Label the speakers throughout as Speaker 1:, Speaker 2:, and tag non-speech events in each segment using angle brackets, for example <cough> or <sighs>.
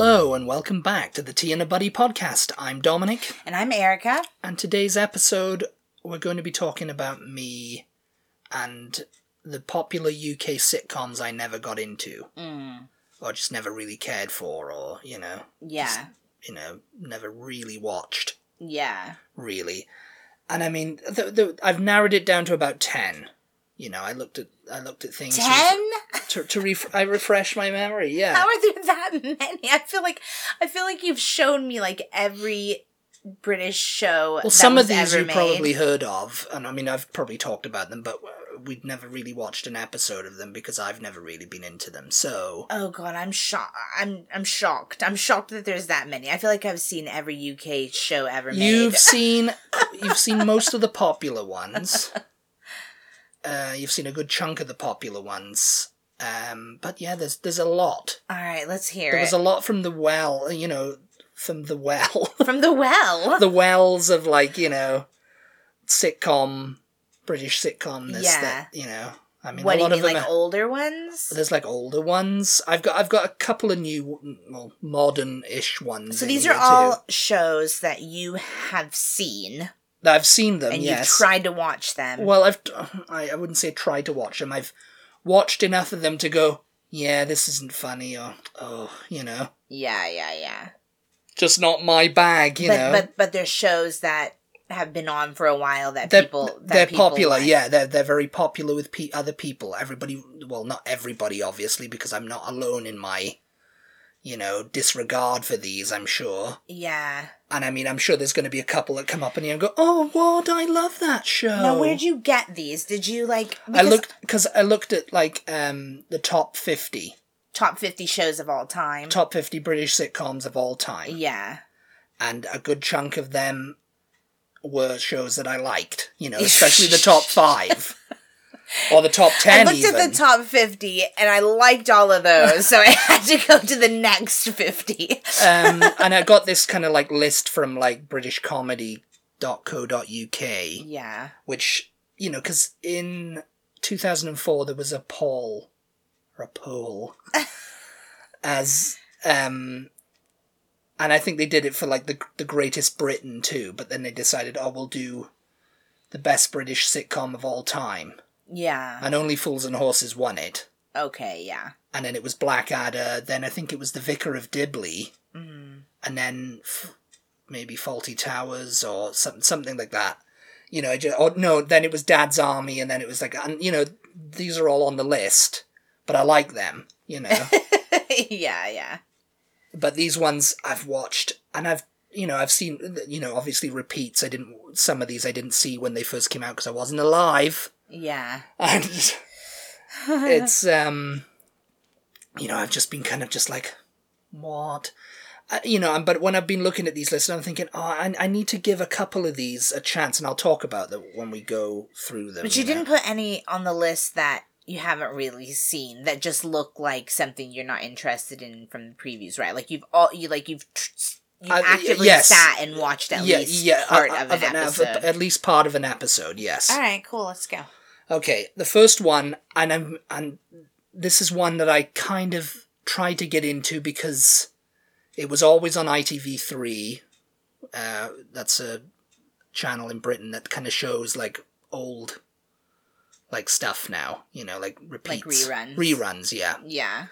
Speaker 1: Welcome back to the Tea and a Buddy podcast. I'm Dominic,
Speaker 2: And I'm Erica.
Speaker 1: and today's episode we're going to be talking about me and the popular UK sitcoms I never got into
Speaker 2: Mm,
Speaker 1: or just never really cared for or, you know,
Speaker 2: yeah.
Speaker 1: you know, never really watched,
Speaker 2: Yeah.
Speaker 1: really. And I mean, th th I've narrowed it down to about 10. You know, I looked at I looked at things
Speaker 2: Ten?
Speaker 1: to, to ref- I refresh my memory. Yeah.
Speaker 2: How are there that many? I feel like I feel like you've shown me like every British show.
Speaker 1: Well,
Speaker 2: that
Speaker 1: some of
Speaker 2: was
Speaker 1: these
Speaker 2: ever
Speaker 1: you
Speaker 2: made.
Speaker 1: probably heard of, and I mean, I've probably talked about them, but uh, we'd never really watched an episode of them because I've never really been into them. So,
Speaker 2: Oh god, I'm shocked. I'm I'm shocked. I'm shocked that there's that many. I feel like I've seen every UK show ever made. <laughs>
Speaker 1: you've seen you've seen most of the popular
Speaker 2: <laughs>
Speaker 1: ones. Uh, you've seen a good chunk of the popular ones, um, but yeah, there's there's a lot.
Speaker 2: All right, let's hear
Speaker 1: There
Speaker 2: it
Speaker 1: was a lot from the well, you know, from the well, <laughs>
Speaker 2: from the well.
Speaker 1: the wells of like you know, sitcom, British sitcom. This,
Speaker 2: Yeah.
Speaker 1: that, you know. I mean,
Speaker 2: what
Speaker 1: a lot
Speaker 2: do you
Speaker 1: of
Speaker 2: mean,
Speaker 1: them
Speaker 2: like
Speaker 1: are-
Speaker 2: older ones?
Speaker 1: There's like older ones. I've got I've got a couple of new, well, modern-ish ones.
Speaker 2: So
Speaker 1: in
Speaker 2: these
Speaker 1: here
Speaker 2: are all
Speaker 1: too.
Speaker 2: shows that you have seen
Speaker 1: that I've seen them.
Speaker 2: and
Speaker 1: Um, yes.
Speaker 2: you've tried to watch them.
Speaker 1: well, I've I, I wouldn't say tried to watch them. I've watched enough of them to go. Yeah, this isn't funny, or oh, you know,
Speaker 2: yeah, yeah, yeah.
Speaker 1: just not my bag. You
Speaker 2: but,
Speaker 1: know,
Speaker 2: but but there's shows that have been on for a while that
Speaker 1: they're
Speaker 2: people that
Speaker 1: they're
Speaker 2: people
Speaker 1: popular.
Speaker 2: like.
Speaker 1: Yeah, they're they're very popular with pe- other people. Everybody, well, not everybody, obviously, because I'm not alone in my, you know, disregard for these. I'm sure.
Speaker 2: yeah.
Speaker 1: And I mean, I'm sure there's going to be a couple that come up in here and go, "Oh, Ward, I love that show."
Speaker 2: Now, where'd you get these? Did you like?
Speaker 1: Oh. I
Speaker 2: because
Speaker 1: looked because I looked at like um the top fifty,
Speaker 2: top fifty shows of all time.
Speaker 1: top fifty British sitcoms of all time,
Speaker 2: yeah,
Speaker 1: and a good chunk of them were shows that I liked. You know, especially the
Speaker 2: <laughs>
Speaker 1: top five or the top
Speaker 2: I
Speaker 1: ten.
Speaker 2: looked
Speaker 1: even.
Speaker 2: at the top fifty and I liked all of those, so I <laughs> had to go to the next fifty. <laughs>
Speaker 1: um, and I got this kind of like list from like British Comedy uk
Speaker 2: Yeah.
Speaker 1: which you know because in 2004 there was a poll or a poll as um and i think they did it for like the, the greatest britain too but then they decided oh we'll do the best british sitcom of all time
Speaker 2: Yeah.
Speaker 1: and only fools and horses won it
Speaker 2: Okay. Yeah. <laughs>
Speaker 1: and then it was blackadder then i think it was the vicar of dibley
Speaker 2: Mm.
Speaker 1: and then f- maybe faulty towers or some, something like that you know just, or no then it was dad's army and then it was like and you know these are all on the list but i like them you know
Speaker 2: yeah. Yeah.
Speaker 1: but these ones i've watched and i've you know i've seen you know obviously repeats i didn't some of these i didn't see when they first came out because i wasn't alive
Speaker 2: Yeah.
Speaker 1: <laughs> and it's um you know i've just been kind of just like what uh, you know and- but when i've been looking at these lists i'm thinking oh I, I need to give a couple of these a chance and i'll talk about them when we go through them
Speaker 2: But you
Speaker 1: know.
Speaker 2: didn't put any on the list that you haven't really seen that just look like something you're not interested in from the previews, right? Like you've all you like you've tr- you
Speaker 1: Uh, y-
Speaker 2: actively
Speaker 1: yes.
Speaker 2: sat and watched at least part
Speaker 1: uh,
Speaker 2: of an
Speaker 1: ep-
Speaker 2: episode.
Speaker 1: at least part of an episode yes
Speaker 2: all right, cool. Let's go.
Speaker 1: okay the first one and i'm and this is one that i kind of tried to get into because it was always on itv3 uh, that's a channel in britain that kind of shows like old like stuff now you know like repeats
Speaker 2: reruns.
Speaker 1: reruns yeah
Speaker 2: Yeah.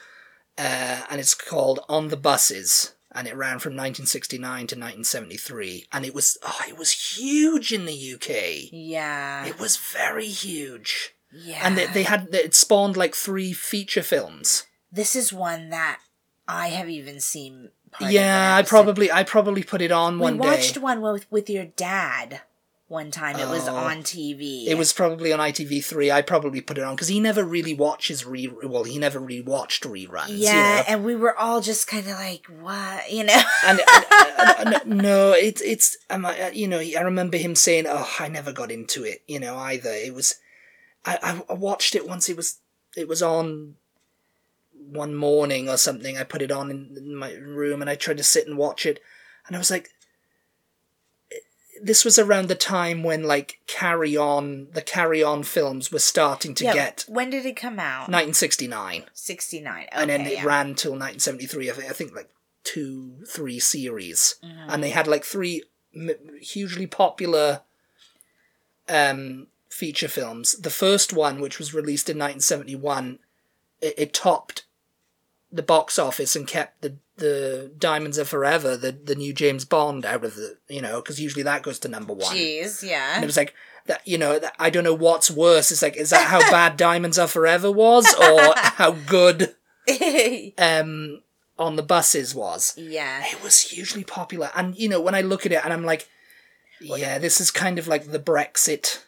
Speaker 1: uh, and it's called on the buses and it ran from 1969 to 1973 and it was oh, it was huge in the uk
Speaker 2: Yeah.
Speaker 1: it was very huge
Speaker 2: Yeah.
Speaker 1: and they, they had it spawned like three feature films.
Speaker 2: this is one that I have even seen. Part of
Speaker 1: yeah,
Speaker 2: an
Speaker 1: I
Speaker 2: episode.
Speaker 1: probably I probably put it on one
Speaker 2: we watched
Speaker 1: day.
Speaker 2: one with with your dad one time. It was
Speaker 1: Oh.
Speaker 2: on TV.
Speaker 1: It was probably on ITV3. I probably put it on because he never really watches re. Well, he never rewatched reruns. you
Speaker 2: Yeah,
Speaker 1: know?
Speaker 2: and we were all just kind of like, "What?" You know.
Speaker 1: and, and- and- and- no, it's it's um, I- you know I remember him saying, "Oh, I never got into it," you know either. It was I- I I watched it once. It was it was on one morning or something. I put it on in my room and I tried to sit and watch it, and I was like. This was around the time when like Carry On, the Carry On films were starting to
Speaker 2: Yeah,
Speaker 1: get
Speaker 2: When did it come out?
Speaker 1: 1969,
Speaker 2: 69. Okay,
Speaker 1: and then it
Speaker 2: yeah.
Speaker 1: ran till 1973. I think, I think like two, three series,
Speaker 2: Mm-hmm.
Speaker 1: and they had like three m- hugely popular um, feature films. The first one, which was released in 1971, it, it topped the box office and kept the the Diamonds Are Forever, the the new James Bond, out of the you know because usually that goes to number one. And
Speaker 2: Jeez,
Speaker 1: it
Speaker 2: yeah.
Speaker 1: was like that. You know, that, I don't know what's worse. It's like, is that how bad Diamonds Are Forever was, or how good um, on the buses was?
Speaker 2: <laughs> yeah.
Speaker 1: It was hugely popular, and you know, when I look at it, and I'm like, yeah, this is kind of like the Brexit.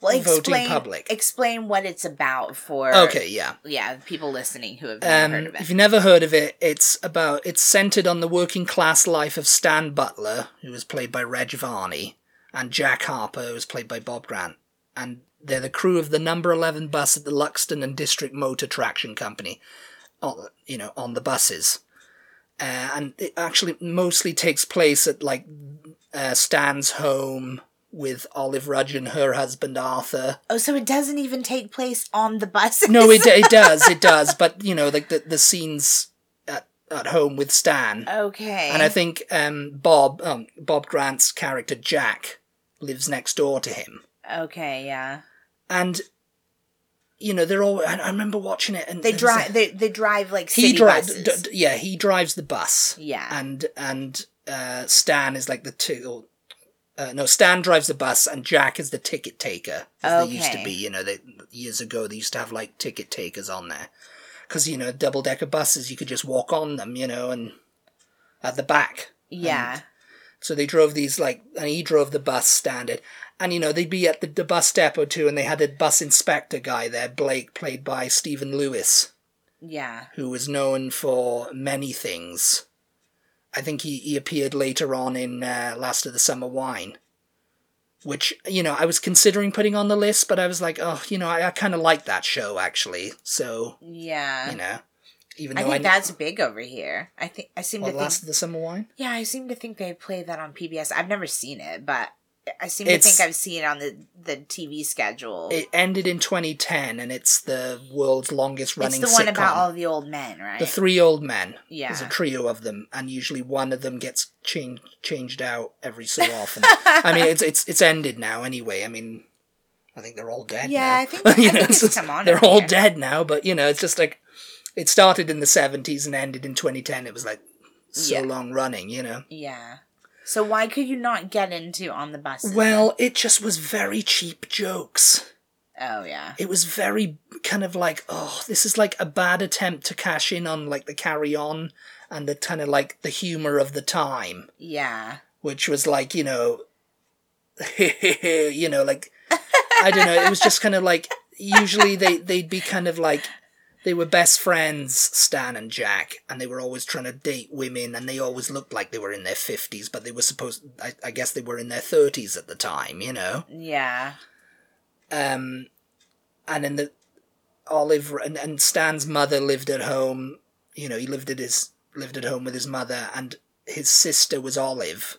Speaker 2: Well,
Speaker 1: voting
Speaker 2: explain,
Speaker 1: public.
Speaker 2: explain what it's about for.
Speaker 1: Okay, yeah.
Speaker 2: Yeah, people listening who have never
Speaker 1: Um,
Speaker 2: heard of
Speaker 1: if
Speaker 2: it.
Speaker 1: you've never heard of it, it's about it's centered on the working class life of Stan Butler, who was played by Reg Varney, and Jack Harper, who was played by Bob Grant, and they're the crew of the Number Eleven bus at the Luxton and District Motor Traction Company, on, you know, on the buses, uh, and it actually mostly takes place at like uh, Stan's home with Olive Rudge and her husband Arthur.
Speaker 2: Oh, so it doesn't even take place on the bus.
Speaker 1: No, it, it does, it does. But you know, like the, the scenes at, at home with Stan,
Speaker 2: <laughs> Okay.
Speaker 1: and I think um, Bob um, Bob Grant's character Jack lives next door to him,
Speaker 2: okay, yeah.
Speaker 1: and you know they're all. I, I remember watching it, and
Speaker 2: They
Speaker 1: and
Speaker 2: drive. They they drive like
Speaker 1: He
Speaker 2: city
Speaker 1: drives.
Speaker 2: buses.
Speaker 1: D- d- yeah, he drives the bus,
Speaker 2: yeah.
Speaker 1: and and uh, Stan is like the two. Or, uh, no, Stan drives the bus, and Jack is the ticket taker, as they used to
Speaker 2: Okay.
Speaker 1: be. You know, they, years ago they used to have like ticket takers on there, because you know double decker buses you could just walk on them, you know, and at the back.
Speaker 2: yeah.
Speaker 1: So they drove these like, and he drove the bus standard, and you know they'd be at the, the bus depot too, and they had a bus inspector guy there, Blake, played by Stephen Lewis
Speaker 2: Yeah.
Speaker 1: who was known for many things. I think he, he appeared later on in uh, Last of the Summer Wine, which, you know, I was considering putting on the list, but I was like, oh, you know, I, I kind of like that show, actually. So,
Speaker 2: Yeah.
Speaker 1: you know, even
Speaker 2: I
Speaker 1: though
Speaker 2: think
Speaker 1: I,
Speaker 2: that's big over here. I think I seem
Speaker 1: What,
Speaker 2: to
Speaker 1: Last
Speaker 2: think.
Speaker 1: of the Summer Wine?
Speaker 2: Yeah, I seem to think they play that on PBS. I've never seen it, but I seem to
Speaker 1: It's-
Speaker 2: think I've seen it on the the TV schedule.
Speaker 1: It ended in 2010, and it's the world's longest
Speaker 2: it's
Speaker 1: running
Speaker 2: the one
Speaker 1: sitcom.
Speaker 2: about all the old men, right?
Speaker 1: the three old men. There's a
Speaker 2: yeah.
Speaker 1: trio of them, and usually one of them gets changed changed out every
Speaker 2: <laughs>
Speaker 1: so often. I mean, it's it's it's ended now anyway. I mean, I think they're all dead.
Speaker 2: Yeah,
Speaker 1: now.
Speaker 2: I
Speaker 1: <laughs>
Speaker 2: think- I
Speaker 1: You
Speaker 2: think it's
Speaker 1: just-
Speaker 2: come on
Speaker 1: They're
Speaker 2: over
Speaker 1: all
Speaker 2: here.
Speaker 1: dead now, but you know, it's just like it started in the seventies and ended in 2010. It was like so
Speaker 2: Yeah.
Speaker 1: long running, you know.
Speaker 2: yeah. So why could you not get into on the bus?
Speaker 1: Well, it just was very cheap jokes.
Speaker 2: Oh yeah.
Speaker 1: It was very kind of like, oh, this is like a bad attempt to cash in on like the carry on and the kind of like the humor of the time.
Speaker 2: Yeah.
Speaker 1: which was like you know <laughs> you know like i don't know it was just kind of like usually they they'd be kind of like they were best friends stan and jack and they were always trying to date women and they always looked like they were in their 50s but they were supposed i, I guess they were in their 30s at the time you know
Speaker 2: Yeah.
Speaker 1: um and then the olive and, and stan's mother lived at home you know he lived at his lived at home with his mother and his sister was olive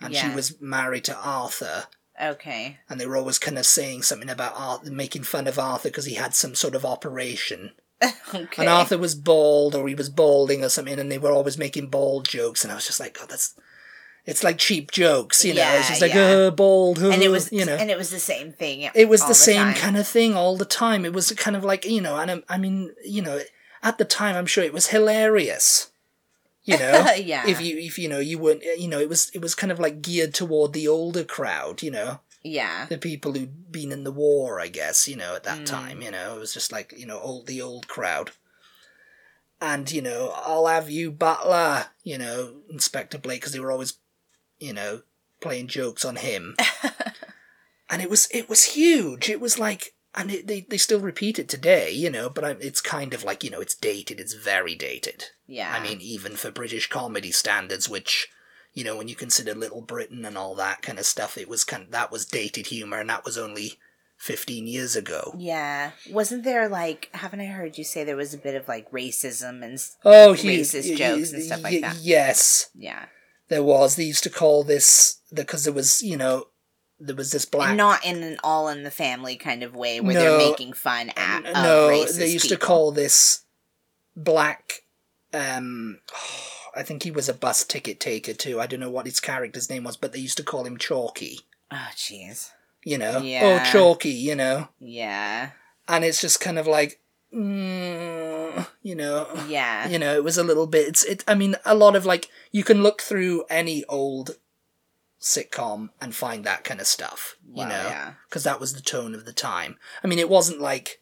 Speaker 1: and she
Speaker 2: Yeah.
Speaker 1: was married to arthur
Speaker 2: Okay. <laughs>
Speaker 1: and they were always kind of saying something about arthur making fun of arthur because he had some sort of operation
Speaker 2: Okay.
Speaker 1: and arthur was bald or he was balding or something and they were always making bald jokes and i was just like god that's it's like cheap jokes you know it's
Speaker 2: Yeah,
Speaker 1: just like
Speaker 2: yeah.
Speaker 1: uh, bald
Speaker 2: and it
Speaker 1: uh,"
Speaker 2: was
Speaker 1: you know
Speaker 2: and it was the same <laughs> thing.
Speaker 1: it was
Speaker 2: all
Speaker 1: the, same
Speaker 2: time.
Speaker 1: kind of thing all the time. It was kind of like you know, and I, I mean, you know, at the time, I'm sure it was hilarious. You know,
Speaker 2: <laughs> yeah.
Speaker 1: if you if you know you weren't you know it was it was kind of like geared toward the older crowd. You know,
Speaker 2: yeah.
Speaker 1: the people who'd been in the war, I guess. You know, at that
Speaker 2: Mm.
Speaker 1: time, you know, it was just like you know old the old crowd. And you know, I'll have you, Butler. You know, Inspector Blake, because they were always, you know, playing jokes on him and it was it was huge. It was like, and it, they they still repeat it today, you know. But I, it's kind of like you know, it's dated. It's very dated.
Speaker 2: yeah.
Speaker 1: I mean, even for British comedy standards, which you know, when you consider Little Britain and all that kind of stuff, it was kind that was dated humor, and that was only fifteen years ago.
Speaker 2: Yeah. Wasn't there like haven't I heard you say there was a bit of like racism and s-
Speaker 1: Oh,
Speaker 2: Racist jokes and stuff like that.
Speaker 1: Yes,
Speaker 2: yeah.
Speaker 1: there was. They used to call this because there was you know there was this black
Speaker 2: And not in an all in the family kind of way where
Speaker 1: No.
Speaker 2: they're making fun at
Speaker 1: N-
Speaker 2: of
Speaker 1: no
Speaker 2: racist
Speaker 1: they used to
Speaker 2: people.
Speaker 1: call this black um I think he was a bus ticket taker too. I don't know what his character's name was, but they used to call him Chalky.
Speaker 2: Oh, jeez.
Speaker 1: You know,
Speaker 2: Yeah.
Speaker 1: oh Chalky. You know,
Speaker 2: Yeah.
Speaker 1: and it's just kind of like, mm, you know, <sighs>
Speaker 2: Yeah.
Speaker 1: you know it was a little bit it's it i mean a lot of like you can look through any old sitcom and find that kind of stuff you
Speaker 2: Well,
Speaker 1: know
Speaker 2: yeah.
Speaker 1: because that was the tone of the time i mean it wasn't like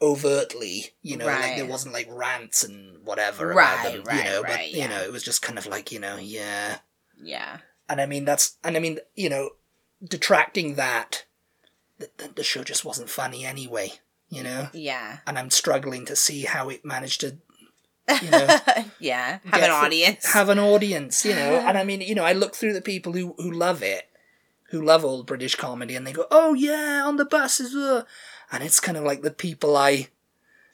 Speaker 1: overtly you know like there
Speaker 2: Right.
Speaker 1: wasn't like rants and whatever
Speaker 2: Right,
Speaker 1: about them,
Speaker 2: right,
Speaker 1: you know but
Speaker 2: right,
Speaker 1: you
Speaker 2: yeah.
Speaker 1: know it was just kind of like you know yeah
Speaker 2: Yeah.
Speaker 1: and i mean that's and i mean you know detracting that the, the, the show just wasn't funny anyway you know
Speaker 2: Yeah.
Speaker 1: and i'm struggling to see how it managed to you
Speaker 2: <laughs>
Speaker 1: know
Speaker 2: yeah. Have
Speaker 1: get
Speaker 2: an
Speaker 1: the-
Speaker 2: audience.
Speaker 1: have an audience, you know.
Speaker 2: <laughs>
Speaker 1: And I mean, you know, I look through the people who, who love it, who love old British comedy, and they go, "Oh yeah, on the buses," uh. and it's kind of like the people I,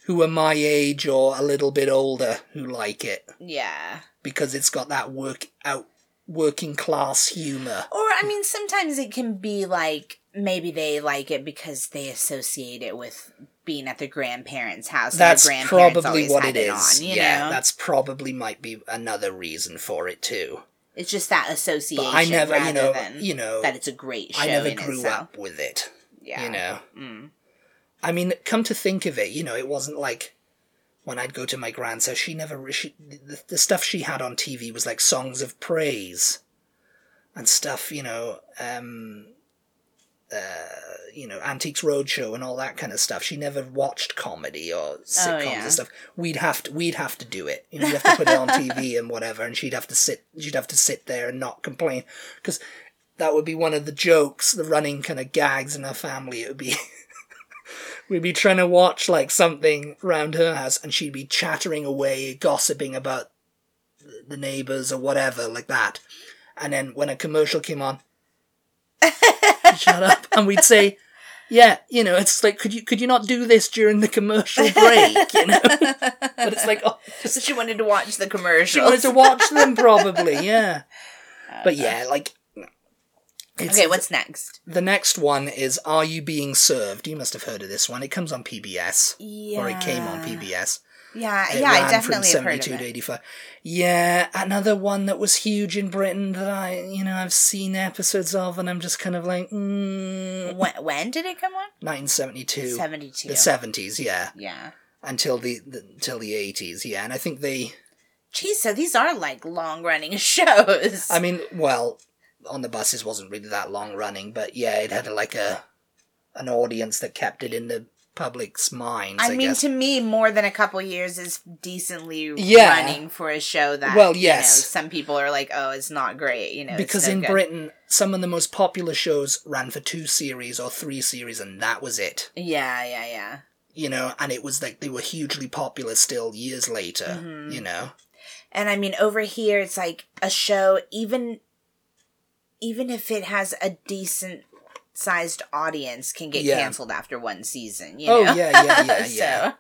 Speaker 1: who are my age or a little bit older, who like it
Speaker 2: yeah.
Speaker 1: because it's got that work out working class humor.
Speaker 2: Or I mean, sometimes it can be like maybe they like it because they associate it with being at their grandparents' house. and their
Speaker 1: That's
Speaker 2: grandparents
Speaker 1: probably
Speaker 2: always
Speaker 1: what it
Speaker 2: had
Speaker 1: is.
Speaker 2: on, you
Speaker 1: yeah,
Speaker 2: know?
Speaker 1: that's probably might be another reason for it too.
Speaker 2: it's just that association.
Speaker 1: But I never,
Speaker 2: rather
Speaker 1: you know,
Speaker 2: than
Speaker 1: you know,
Speaker 2: that it's a great show.
Speaker 1: I never
Speaker 2: in
Speaker 1: grew
Speaker 2: itself.
Speaker 1: up with it.
Speaker 2: Yeah.
Speaker 1: You know.
Speaker 2: Mm.
Speaker 1: I mean, come to think of it, you know, it wasn't like when I'd go to my grand's house, she never, she, the, the stuff she had on TV was like songs of praise and stuff, you know, um, uh, you know, Antiques Roadshow and all that kind of stuff. She never watched comedy or sitcoms
Speaker 2: yeah.
Speaker 1: and stuff. We'd have to, we'd have to do it. You know, we'd have to put it on TV and whatever, and she'd have to sit, she'd have to sit there and not complain because that would be one of the jokes, the running kind of gags in our family. It would be we'd be trying to watch like something round her house, and she'd be chattering away, gossiping about th- the neighbors or whatever like that. And then when a commercial came on, shut up, and we'd say. Yeah, you know, it's like could you could you not do this during the commercial break, you know? <laughs> but it's like oh,
Speaker 2: So she wanted to watch the
Speaker 1: she
Speaker 2: commercials.
Speaker 1: wanted to watch them probably, yeah. But yeah, like it's,
Speaker 2: okay, what's next?
Speaker 1: the next one is Are You Being Served? You must have heard of this one. It comes on PBS.
Speaker 2: Yeah.
Speaker 1: Or it came on PBS.
Speaker 2: Yeah,
Speaker 1: It
Speaker 2: yeah, I
Speaker 1: ran
Speaker 2: definitely
Speaker 1: from
Speaker 2: have heard of
Speaker 1: to
Speaker 2: it.
Speaker 1: 85. Yeah, another one that was huge in Britain that I, you know, I've seen episodes of and I'm just kind of like, mm,
Speaker 2: When, when did it come on?
Speaker 1: 1972.
Speaker 2: 72.
Speaker 1: The 70s, yeah.
Speaker 2: yeah.
Speaker 1: Until the, the until the 80s, yeah. And I think they
Speaker 2: Geez, so these are like long running <laughs> shows.
Speaker 1: I mean, well, on the buses wasn't really that long running, but yeah, it had like a an audience that kept it in the public's minds. I,
Speaker 2: I mean,
Speaker 1: guess.
Speaker 2: to me, more than a couple years is decently
Speaker 1: Yeah.
Speaker 2: running for a show that.
Speaker 1: Well,
Speaker 2: you
Speaker 1: yes.
Speaker 2: know, some people are like, "Oh, it's not great," you know, it's
Speaker 1: because
Speaker 2: no
Speaker 1: in
Speaker 2: good.
Speaker 1: Britain, some of the most popular shows ran for two series or three series, and that was it.
Speaker 2: Yeah, yeah, yeah.
Speaker 1: You know, and it was like they were hugely popular still years later.
Speaker 2: Mhm.
Speaker 1: You know,
Speaker 2: And I mean, over here, it's like a show, even, even if it has a decent sized audience, can get
Speaker 1: Yeah.
Speaker 2: canceled after one season. You
Speaker 1: Oh,
Speaker 2: know?
Speaker 1: yeah, yeah, yeah, yeah.
Speaker 2: <laughs> so,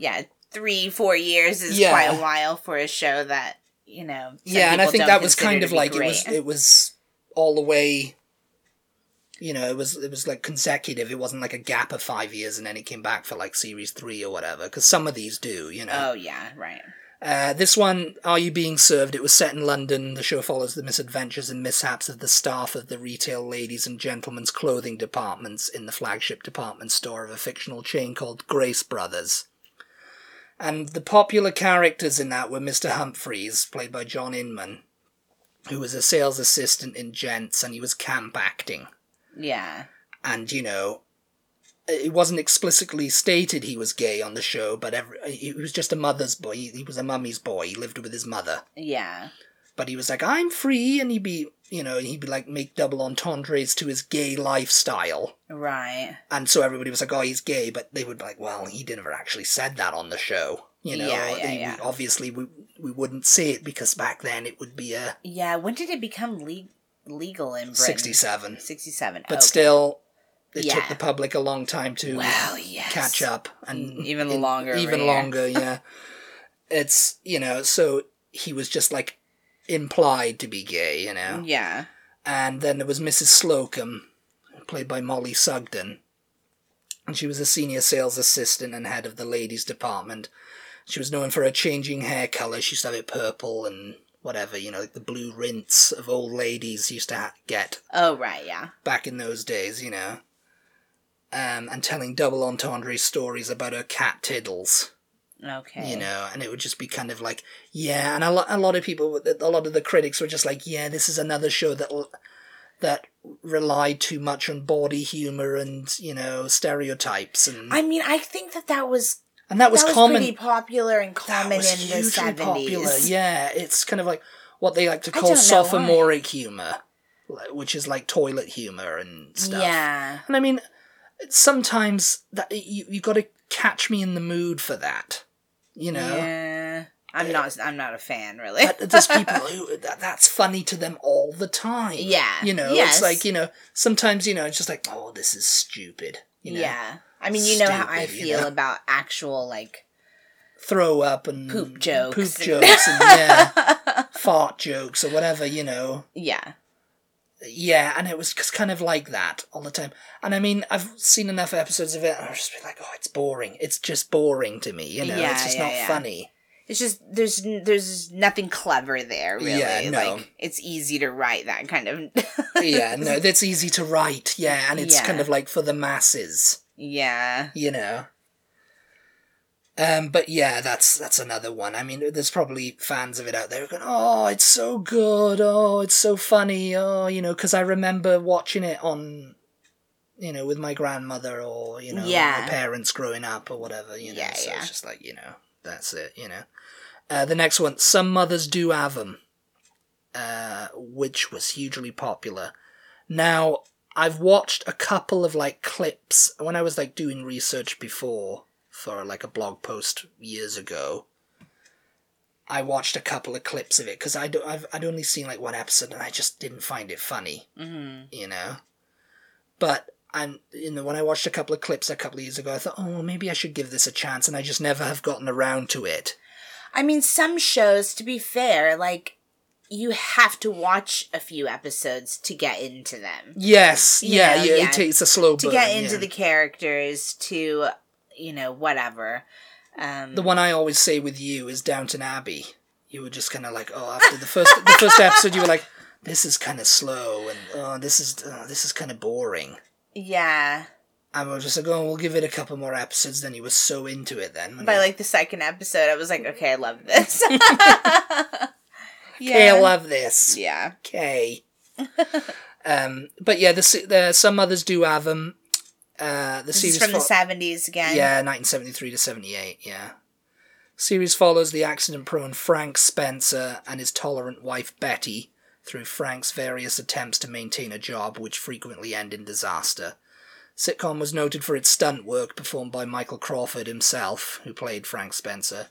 Speaker 2: yeah, three, four years is
Speaker 1: Yeah.
Speaker 2: quite a while for a show that you know. some
Speaker 1: yeah, and I
Speaker 2: people
Speaker 1: think
Speaker 2: don't
Speaker 1: that was
Speaker 2: consider
Speaker 1: kind
Speaker 2: to
Speaker 1: of
Speaker 2: be
Speaker 1: like it
Speaker 2: great.
Speaker 1: was it was all the way. You know, it was it was like consecutive. It wasn't like a gap of five years and then it came back for like series three or whatever. Because some of these do, you know.
Speaker 2: Oh yeah, right.
Speaker 1: Uh, this one, Are You Being Served? It was set in London. The show follows the misadventures and mishaps of the staff of the retail ladies and gentlemen's clothing departments in the flagship department store of a fictional chain called Grace Brothers. And the popular characters in that were Mr. Humphreys, played by John Inman, who was a sales assistant in Gents and he was camp acting
Speaker 2: Yeah.
Speaker 1: and you know it wasn't explicitly stated he was gay on the show but every, he was just a mother's boy he, he was a mummy's boy he lived with his mother
Speaker 2: Yeah.
Speaker 1: but he was like i'm free and he'd be you know he'd be like make double entendres to his gay lifestyle
Speaker 2: Right.
Speaker 1: and so everybody was like oh he's gay but they would be like well he never actually said that on the show you know
Speaker 2: Yeah, yeah,
Speaker 1: He-
Speaker 2: yeah.
Speaker 1: obviously we, we wouldn't say it because back then it would be a
Speaker 2: Yeah. When did it become le- legal in Britain?
Speaker 1: 67
Speaker 2: 67.
Speaker 1: but
Speaker 2: okay.
Speaker 1: still it took
Speaker 2: Yeah.
Speaker 1: the public a long time to
Speaker 2: Well, yes.
Speaker 1: catch up and
Speaker 2: even
Speaker 1: in-
Speaker 2: longer over
Speaker 1: even
Speaker 2: here.
Speaker 1: longer
Speaker 2: <laughs>
Speaker 1: yeah it's you know so he was just like implied to be gay you know
Speaker 2: Yeah.
Speaker 1: and then there was mrs slocum played by molly sugden and she was a senior sales assistant and head of the ladies department She was known for her changing hair colour. She used to have it purple and whatever, you know, like the blue rinse of old ladies used to ha- get
Speaker 2: Oh right, yeah.
Speaker 1: back in those days, you know. Um, and telling double entendre stories about her cat Tiddles,
Speaker 2: Okay.
Speaker 1: you know, and it would just be kind of like, yeah, and a, lo- a lot of people, would- a lot of the critics were just like, yeah, this is another show that l- that relied too much on bawdy humour and you know stereotypes, and
Speaker 2: I mean, I think that that was
Speaker 1: and that was,
Speaker 2: that was
Speaker 1: common.
Speaker 2: pretty popular and common
Speaker 1: that was
Speaker 2: in the
Speaker 1: hugely popular.
Speaker 2: seventies.
Speaker 1: Yeah, it's kind of like what they like to
Speaker 2: I
Speaker 1: call
Speaker 2: don't know
Speaker 1: sophomoric humor, like- which is like toilet humor and stuff.
Speaker 2: Yeah.
Speaker 1: And I mean, sometimes that you you got to catch me in the mood for that, you know.
Speaker 2: Yeah. I'm not. I'm not a fan, really.
Speaker 1: <laughs> But
Speaker 2: <laughs>
Speaker 1: there's people who that, that's funny to them all the time.
Speaker 2: Yeah,
Speaker 1: you know,
Speaker 2: yes.
Speaker 1: it's like you know, sometimes you know, it's just like, oh, this is stupid. You know,
Speaker 2: yeah. I mean, you know how I
Speaker 1: Stupid, you
Speaker 2: feel
Speaker 1: know?
Speaker 2: about actual like
Speaker 1: throw up and
Speaker 2: Poop jokes.
Speaker 1: poop jokes, and <laughs>
Speaker 2: <laughs>
Speaker 1: yeah, fart jokes or whatever, you know.
Speaker 2: yeah.
Speaker 1: Yeah, and it was just kind of like that all the time. And I mean, I've seen enough episodes of it, and I've just been like, oh, it's boring. It's just boring to me, you know?
Speaker 2: Yeah,
Speaker 1: it's just
Speaker 2: yeah,
Speaker 1: not
Speaker 2: yeah.
Speaker 1: funny.
Speaker 2: It's just there's n- there's nothing clever there really.
Speaker 1: Yeah, no.
Speaker 2: Like it's easy to write that kind of <laughs>
Speaker 1: yeah, no, that's easy to write, yeah, and it's
Speaker 2: Yeah.
Speaker 1: kind of like for the masses,
Speaker 2: yeah.
Speaker 1: you know? Um, but yeah, that's that's another one. I mean, there's probably fans of it out there who are going, "Oh, it's so good! Oh, it's so funny! Oh, you know," because I remember watching it on, you know, with my grandmother or you know,
Speaker 2: Yeah.
Speaker 1: my parents growing up or whatever. You know,
Speaker 2: Yeah,
Speaker 1: so
Speaker 2: yeah.
Speaker 1: it's just like you know, that's it. You know, uh, the next one, some mothers do have 'em, uh, which was hugely popular. Now, I've watched a couple of like clips when I was like doing research before for like a blog post years ago. I watched a couple of clips of it because I do, I've, I'd only seen like one episode and I just didn't find it funny,
Speaker 2: hmm
Speaker 1: you know. But I'm you know when I watched a couple of clips a couple of years ago, I thought, oh, well, maybe I should give this a chance, and I just never have gotten around to it.
Speaker 2: I mean, some shows to be fair, like you have to watch a few episodes to get into them.
Speaker 1: Yes, yeah,
Speaker 2: Yeah,
Speaker 1: yeah,
Speaker 2: yeah.
Speaker 1: It takes a slow
Speaker 2: To
Speaker 1: burn,
Speaker 2: get into
Speaker 1: yeah.
Speaker 2: the characters to you know whatever. Um
Speaker 1: The one I always say with you is Downton Abbey. You were just kind of like, oh, after the first the first episode, you were like, this is kind of slow, and oh, this is oh, this is kind of boring.
Speaker 2: Yeah.
Speaker 1: And we were just like, oh, we'll give it a couple more episodes. Then you were so into it then.
Speaker 2: By like the second episode, I was like, okay, I love this. <laughs>
Speaker 1: okay, I love this.
Speaker 2: Yeah.
Speaker 1: Okay. <laughs> um, but yeah, the, se- the some others do have them. Uh, the
Speaker 2: This
Speaker 1: series
Speaker 2: is from
Speaker 1: fo-
Speaker 2: the 70s again.
Speaker 1: Yeah, 1973 to 78, yeah. Series follows the accident prone Frank Spencer and his tolerant wife Betty through Frank's various attempts to maintain a job, which frequently end in disaster. Sitcom was noted for its stunt work performed by Michael Crawford himself, who played Frank Spencer,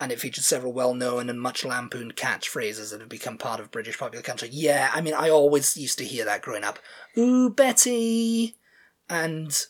Speaker 1: and it featured several well known and much lampooned catchphrases that have become part of British popular culture. Yeah, I mean, I always used to hear that growing up. Ooh, Betty! And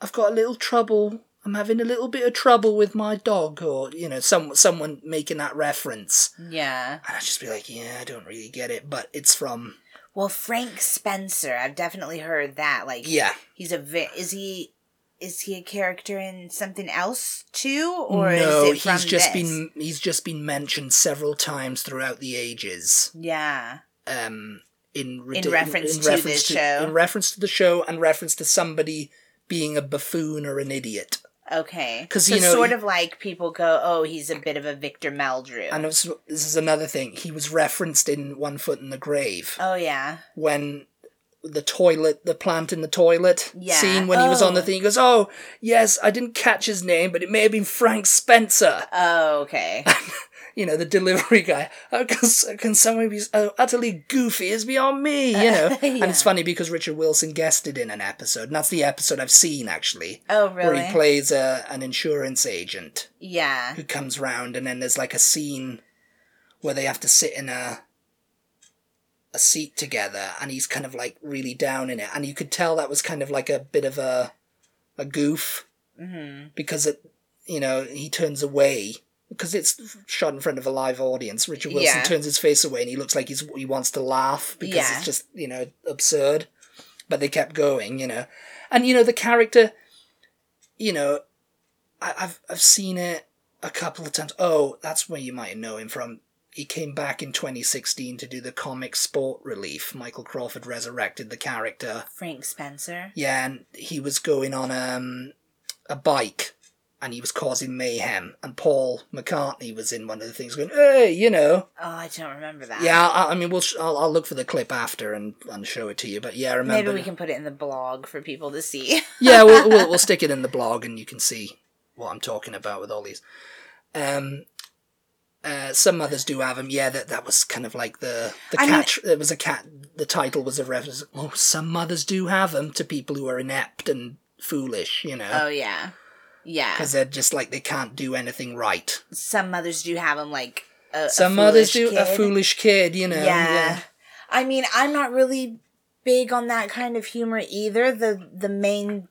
Speaker 1: I've got a little trouble. I'm having a little bit of trouble with my dog, or you know, some someone making that reference,
Speaker 2: Yeah.
Speaker 1: and I'd just be like, yeah, I don't really get it, but it's from
Speaker 2: Well, Frank Spencer, I've definitely heard that. Like,
Speaker 1: yeah,
Speaker 2: he's a vi- is he is he a character in something else too, or
Speaker 1: no,
Speaker 2: is it from
Speaker 1: he's just
Speaker 2: this?
Speaker 1: been he's just been mentioned several times throughout the ages,
Speaker 2: yeah,
Speaker 1: um, in ridi-
Speaker 2: reference to the show.
Speaker 1: in reference to the show, and reference to somebody being a buffoon or an idiot,
Speaker 2: okay,
Speaker 1: 'Cause,
Speaker 2: so
Speaker 1: you know,
Speaker 2: sort
Speaker 1: he-
Speaker 2: of like people go, oh, he's a bit of a Victor Meldrew.
Speaker 1: and it's, this is another thing. He was referenced in One Foot in the Grave.
Speaker 2: oh yeah,
Speaker 1: when the toilet, the plant in the toilet
Speaker 2: Yeah.
Speaker 1: scene when he was on the
Speaker 2: Oh.
Speaker 1: thing. He goes, "Oh yes, I didn't catch his name, but it may have been Frank Spencer."
Speaker 2: oh okay,
Speaker 1: You know, the delivery guy. <laughs> How can, can someone be so utterly goofy? Is beyond me. <laughs> You know, and it's
Speaker 2: <laughs> yeah.
Speaker 1: funny because Richard Wilson guested in an episode, and that's the episode I've seen actually,
Speaker 2: oh
Speaker 1: where
Speaker 2: really,
Speaker 1: he plays a, an insurance agent
Speaker 2: yeah,
Speaker 1: who comes round and then there's like a scene where they have to sit in a a seat together and he's kind of like really down in it and you could tell that was kind of like a bit of a a goof
Speaker 2: mm-hmm.
Speaker 1: because it you know he turns away because it's shot in front of a live audience richard wilson
Speaker 2: Yeah.
Speaker 1: turns his face away and he looks like he's he wants to laugh because
Speaker 2: Yeah.
Speaker 1: it's just you know absurd but they kept going you know and you know the character you know I, I've I've seen it. a couple of times. Oh, that's where you might know him from. He came back in 2016 to do the comic Sport Relief. Michael Crawford resurrected the character.
Speaker 2: Frank Spencer.
Speaker 1: Yeah, and he was going on um, a bike and he was causing mayhem. And Paul McCartney was in one of the things going, hey, you know.
Speaker 2: Oh, I don't remember that.
Speaker 1: Yeah, I, I mean, we'll sh- I'll, I'll look for the clip after and, and show it to you. But yeah, I remember.
Speaker 2: Maybe we can put it in the blog for people to see.
Speaker 1: yeah, we'll, we'll, we'll stick it in the blog and you can see what I'm talking about with all these. Um, uh, some others do have them. Yeah, that that was kind of like the the
Speaker 2: I mean-
Speaker 1: catch. It was a cat. The title was a reference. Oh, some mothers do have them to people who are inept and foolish. You
Speaker 2: <laughs> oh
Speaker 1: know,
Speaker 2: yeah, yeah.
Speaker 1: because they're just like they can't do anything right.
Speaker 2: Some mothers do have them like a, a
Speaker 1: Some mothers do
Speaker 2: foolish
Speaker 1: a
Speaker 2: kid.
Speaker 1: foolish kid. You know.
Speaker 2: yeah. I mean, I'm not really big on that kind of humor either. The the main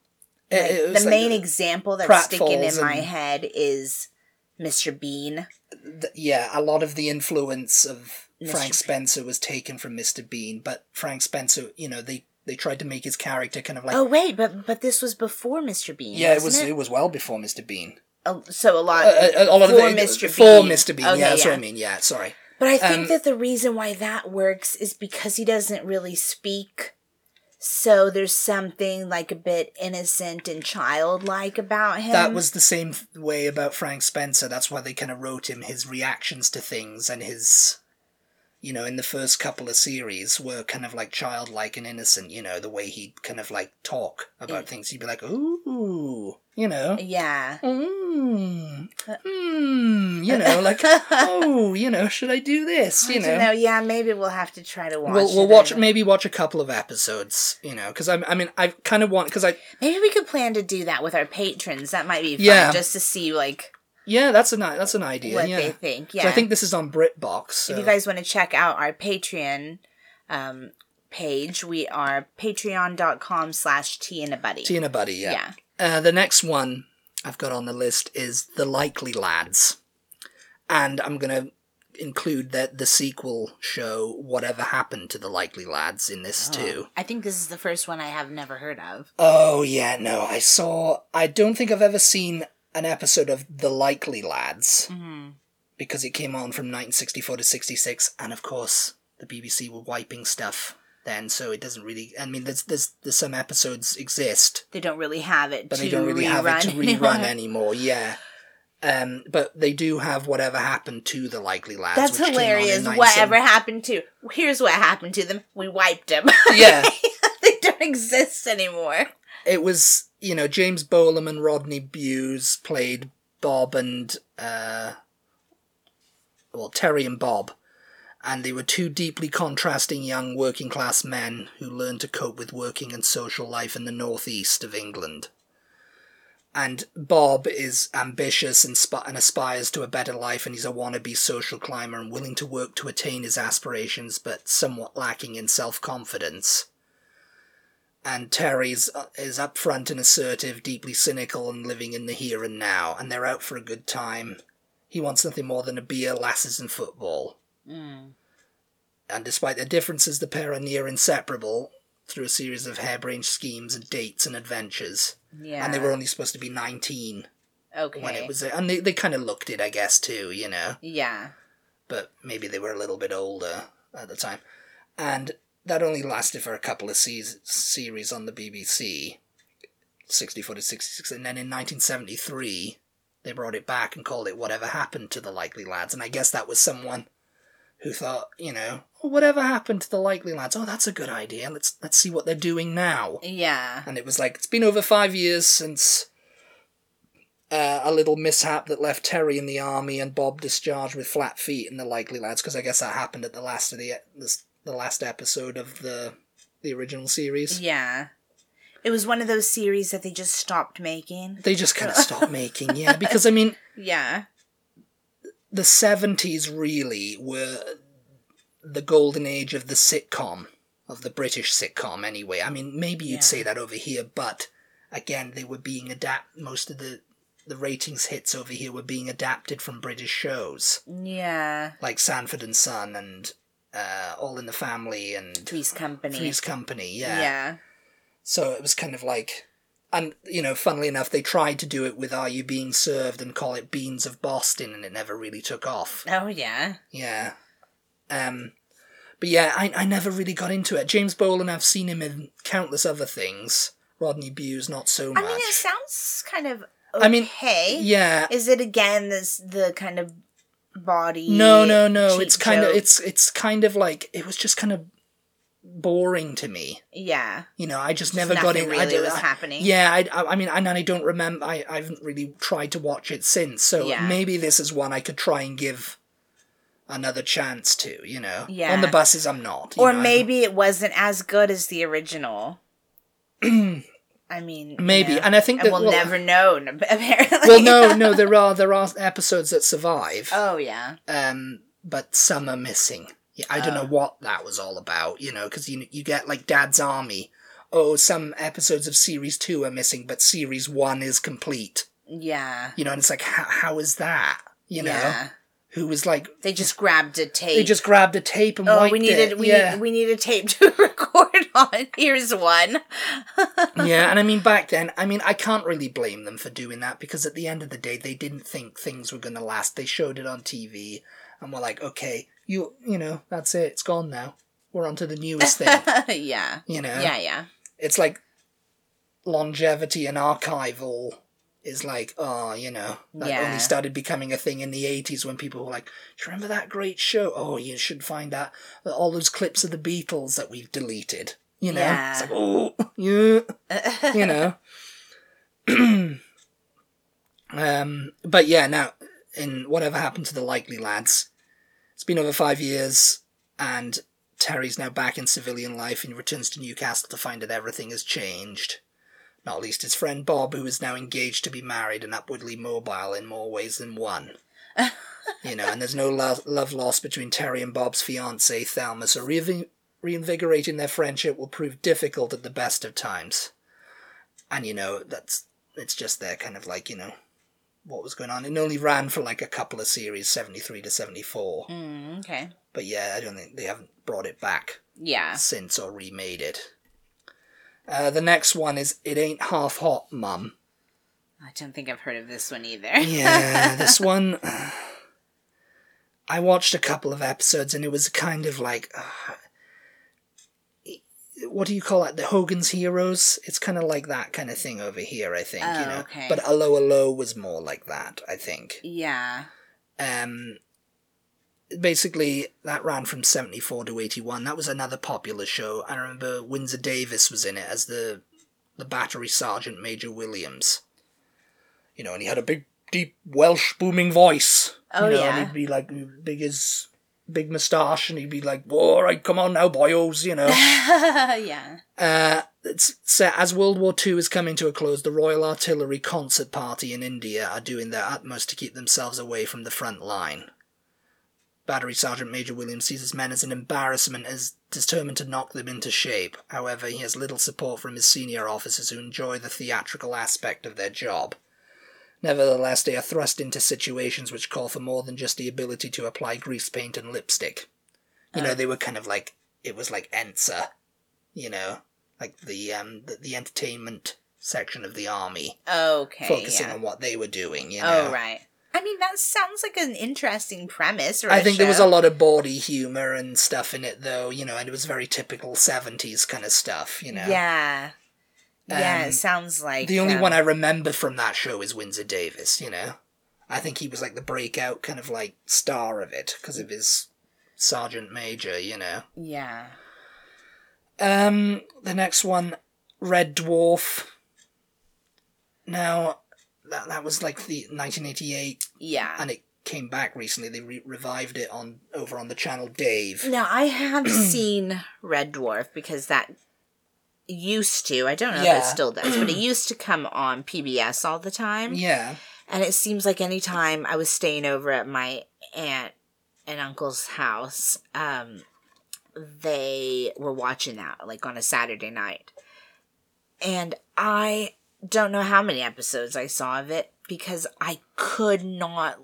Speaker 1: It-
Speaker 2: like,
Speaker 1: it was
Speaker 2: the
Speaker 1: like
Speaker 2: main example that's sticking in
Speaker 1: pratfalls
Speaker 2: my
Speaker 1: and-
Speaker 2: head is Mr. Bean.
Speaker 1: th- yeah, a lot of the influence of
Speaker 2: Mr. Bean.
Speaker 1: Frank Spencer was taken from Mr. Bean, but Frank Spencer, you know, they they tried to make his character kind of like.
Speaker 2: oh wait, but but this was before Mr. Bean.
Speaker 1: yeah, it
Speaker 2: wasn't
Speaker 1: was it was well before Mr. Bean.
Speaker 2: Oh, so a lot.
Speaker 1: uh, all of
Speaker 2: for
Speaker 1: the,
Speaker 2: Mr.
Speaker 1: for
Speaker 2: Bean.
Speaker 1: Mr. Bean.
Speaker 2: Okay,
Speaker 1: yeah, that's
Speaker 2: yeah.
Speaker 1: what I mean. Yeah, sorry.
Speaker 2: But I think
Speaker 1: Um,
Speaker 2: that the reason why that works is because he doesn't really speak. So there's something like a bit innocent and childlike about him.
Speaker 1: that was the same f- way about Frank Spencer. That's why they kind of wrote him. His reactions to things and his, you know, in the first couple of series were kind of like childlike and innocent. You know, the way he'd kind of like talk
Speaker 2: Mm.
Speaker 1: about things. He'd be like, "Ooh," you know.
Speaker 2: yeah.
Speaker 1: Mm,
Speaker 2: Uh,
Speaker 1: mm, you know,
Speaker 2: <laughs>
Speaker 1: like, oh, you know, should I do this? You
Speaker 2: I don't
Speaker 1: know,
Speaker 2: Yeah, maybe we'll have to try to watch.
Speaker 1: we'll we'll
Speaker 2: it
Speaker 1: watch
Speaker 2: and-
Speaker 1: maybe watch a couple of episodes. You know, because I I mean I kind of want because I
Speaker 2: Maybe we could plan to do that with our patrons. That might be fun,
Speaker 1: Yeah.
Speaker 2: just to see like
Speaker 1: yeah that's an that's an idea
Speaker 2: what
Speaker 1: yeah.
Speaker 2: they think. Yeah,
Speaker 1: So I think this is on BritBox. So.
Speaker 2: if you guys want to check out our Patreon um, page, we are patreon.com slash tea and a buddy.
Speaker 1: Tea and a buddy, yeah.
Speaker 2: yeah.
Speaker 1: Uh, the next one I've got on the list is The Likely Lads. And I'm going to include that the sequel show, Whatever Happened to the Likely Lads, in
Speaker 2: Ah.
Speaker 1: this too.
Speaker 2: I think this is the first one I have never heard of.
Speaker 1: Oh, yeah, no, I saw. I don't think I've ever seen an episode of The Likely Lads
Speaker 2: Mm-hmm.
Speaker 1: because it came on from 1964 to 66. And of course, the BBC were wiping stuff then, so it doesn't really. I mean, there's, there's, there's some episodes exist.
Speaker 2: They don't really have it.
Speaker 1: but
Speaker 2: to
Speaker 1: they don't really
Speaker 2: rerun.
Speaker 1: have it to
Speaker 2: <laughs>
Speaker 1: rerun anymore. Yeah. Um, but they do have whatever happened to the likely lads.
Speaker 2: That's
Speaker 1: which came on in
Speaker 2: hilarious.
Speaker 1: 1970
Speaker 2: Whatever happened to? Here's what happened to them. We wiped them. <laughs>
Speaker 1: yeah,
Speaker 2: they don't exist anymore.
Speaker 1: it was you know James Bolam and Rodney Bewes played Bob and uh, well Terry and Bob, and they were two deeply contrasting young working class men who learned to cope with working and social life in the northeast of England. And Bob is ambitious and, sp- and aspires to a better life, and he's a wannabe social climber and willing to work to attain his aspirations, but somewhat lacking in self confidence and Terry's uh, is upfront and assertive, deeply cynical, and living in the here and now. And they're out for a good time. He wants nothing more than a beer, lasses, and football. Mm. And despite their differences, the pair are near inseparable through a series of harebrained schemes and dates and adventures.
Speaker 2: Yeah.
Speaker 1: And they were only supposed to be nineteen
Speaker 2: okay.
Speaker 1: when it was, and they they kind of looked it, I guess, too. You know
Speaker 2: yeah.
Speaker 1: but maybe they were a little bit older at the time. And that only lasted for a couple of seas series on the BBC, 64 to 66. And then in 1973, they brought it back and called it Whatever Happened to the Likely Lads. And I guess that was someone who thought, you know, oh, whatever happened to the Likely Lads? Oh, that's a good idea. Let's, let's see what they're doing now.
Speaker 2: Yeah.
Speaker 1: And it was like, it's been over five years since uh, a little mishap that left Terry in the army and Bob discharged with flat feet and the likely lads, because I guess that happened at the last of the, the the last episode of the the original series.
Speaker 2: Yeah. It was one of those series that they just stopped making.
Speaker 1: They just kind of stopped making, yeah, because I mean,
Speaker 2: Yeah.
Speaker 1: the seventies really were the golden age of the sitcom, of the British sitcom anyway. I mean, maybe you'd
Speaker 2: Yeah.
Speaker 1: say that over here, but again, they were being adapt most of the the ratings hits over here were being adapted from British shows.
Speaker 2: Yeah.
Speaker 1: Like Sanford and Son and uh, All in the Family and
Speaker 2: Three's Company.
Speaker 1: Three's Company,
Speaker 2: yeah.
Speaker 1: So it was kind of like And, you know, funnily enough, they tried to do it with Are You Being Served and call it Beans of Boston, and it never really took off.
Speaker 2: Oh yeah.
Speaker 1: Yeah. Um, but yeah, I, I never really got into it. James Bolan, I've seen him in countless other things. Rodney Bew's not so
Speaker 2: I
Speaker 1: much.
Speaker 2: mean, it sounds kind of okay.
Speaker 1: I mean, yeah.
Speaker 2: Is it again this the kind of body?
Speaker 1: No, no, no.
Speaker 2: cheap
Speaker 1: It's kind of
Speaker 2: joke?
Speaker 1: it's it's kind of like it was just kind of boring to me.
Speaker 2: yeah.
Speaker 1: You know, I just,
Speaker 2: Just
Speaker 1: never got
Speaker 2: nothing
Speaker 1: in. I
Speaker 2: Really
Speaker 1: don't-
Speaker 2: was
Speaker 1: I-
Speaker 2: happening.
Speaker 1: Yeah, I, I I mean, and I don't remember. I, I haven't really tried to watch it since, so
Speaker 2: Yeah.
Speaker 1: maybe this is one I could try and give another chance to. You know,
Speaker 2: Yeah.
Speaker 1: On the buses, I'm not. you
Speaker 2: Or
Speaker 1: know, I'm-
Speaker 2: maybe it wasn't as good as
Speaker 1: <clears throat>
Speaker 2: the original. I mean,
Speaker 1: maybe,
Speaker 2: yeah.
Speaker 1: and I think
Speaker 2: and
Speaker 1: that
Speaker 2: we'll
Speaker 1: well,
Speaker 2: never know. n- <laughs> Apparently.
Speaker 1: Well, no, no, there are there are episodes that survive,
Speaker 2: <laughs> Oh yeah.
Speaker 1: um, but some are missing. Yeah, I
Speaker 2: Oh.
Speaker 1: don't know what that was all about, you know, because you you get like Dad's Army. Oh, some episodes of series two are missing, but series one is complete.
Speaker 2: Yeah.
Speaker 1: You know, and it's like how how is that? You know,
Speaker 2: Yeah.
Speaker 1: who was like
Speaker 2: They just grabbed a tape.
Speaker 1: They just grabbed a tape and
Speaker 2: Oh,
Speaker 1: wiped
Speaker 2: we needed
Speaker 1: it.
Speaker 2: we
Speaker 1: yeah,
Speaker 2: need, we need a tape <laughs> to record on. Here's one.
Speaker 1: yeah. And I mean, back then, I mean, I can't really blame them for doing that because at the end of the day, they didn't think things were going to last. They showed it on TV, and were like, okay, you, you know, that's it. It's gone now. We're on to the newest
Speaker 2: <laughs>
Speaker 1: thing.
Speaker 2: yeah.
Speaker 1: You know,
Speaker 2: Yeah, yeah. <laughs>
Speaker 1: it's like longevity and archival is like, oh, you know, that
Speaker 2: Yeah.
Speaker 1: only started becoming a thing in the 80s when people were like, do you remember that great show? Oh, you should find out all those clips of the Beatles that we've deleted. You know,
Speaker 2: Yeah.
Speaker 1: it's like, oh, <laughs> yeah, <laughs> you know. <clears throat> um, but yeah, now, in whatever happened to the Likely Lads, it's been over five years, and Terry's now back in civilian life and returns to Newcastle to find that everything has changed. Not least his friend Bob, who is now engaged to be married and upwardly mobile in more ways than one. you know, and there's no lo- love lost between Terry and Bob's fiancee, Thelma, so reinvi- reinvigorating their friendship will prove difficult at the best of times. And, you know, that's it's just there kind of like, you know, what was going on. It only ran for like a couple of series, 73 to 74.
Speaker 2: Mm, okay.
Speaker 1: But yeah, I don't think they haven't brought it back
Speaker 2: Yeah.
Speaker 1: since or remade it. Uh, the next one is It Ain't Half Hot, Mum.
Speaker 2: I don't think I've heard of this one either.
Speaker 1: Yeah, this one. I watched a couple of episodes and it was kind of like. Uh, what do you call it? The Hogan's Heroes? It's kind of like that kind of thing over here, I think.
Speaker 2: Oh,
Speaker 1: you know?
Speaker 2: okay.
Speaker 1: But Allo Allo was more like that, I think.
Speaker 2: <laughs> yeah.
Speaker 1: um basically that ran from 74 to 81 that was another popular show i remember windsor davis was in it as the the battery sergeant major williams you know and he had a big deep welsh booming voice
Speaker 2: Oh,
Speaker 1: you know
Speaker 2: yeah.
Speaker 1: and he'd be like big as big moustache and he'd be like all right come on now boyos you know
Speaker 2: <laughs> yeah.
Speaker 1: uh, it's set as World War II is coming to a close, the Royal Artillery Concert Party in India are doing their utmost to keep themselves away from the front line. Battery Sergeant Major Williams sees his men as an embarrassment and is determined to knock them into shape. However, he has little support from his senior officers who enjoy the theatrical aspect of their job. Nevertheless, they are thrust into situations which call for more than just the ability to apply grease paint and lipstick. You know, they were kind of like it was like ENSA, you know, like the um the, the entertainment section of the army,
Speaker 2: Okay.
Speaker 1: focusing
Speaker 2: yeah.
Speaker 1: on what they were doing. You know,
Speaker 2: Oh right. I mean, that sounds like an interesting premise. Or
Speaker 1: I think there was a
Speaker 2: show.
Speaker 1: lot of bawdy humor and stuff in it, though. You know, and it was very typical '70s kind of stuff. You know,
Speaker 2: Yeah. Yeah.
Speaker 1: Um,
Speaker 2: It sounds like
Speaker 1: The only
Speaker 2: um,
Speaker 1: one I remember from that show is Windsor Davis. You know, I think he was like the breakout kind of like star of it because of his sergeant major. You know.
Speaker 2: Yeah.
Speaker 1: Um, the next one, Red Dwarf. Now, that that was like the 1988,
Speaker 2: Yeah.
Speaker 1: and it came back recently. They re- revived it on over on the channel Dave.
Speaker 2: Now
Speaker 1: <clears throat>
Speaker 2: I have seen Red Dwarf because that used to. I don't know if
Speaker 1: Yeah.
Speaker 2: it still does, but it used to come on PBS all the time.
Speaker 1: Yeah,
Speaker 2: And it seems like any time I was staying over at my aunt and uncle's house, um, they were watching that like on a Saturday night. And I don't know how many episodes I saw of it because I could not.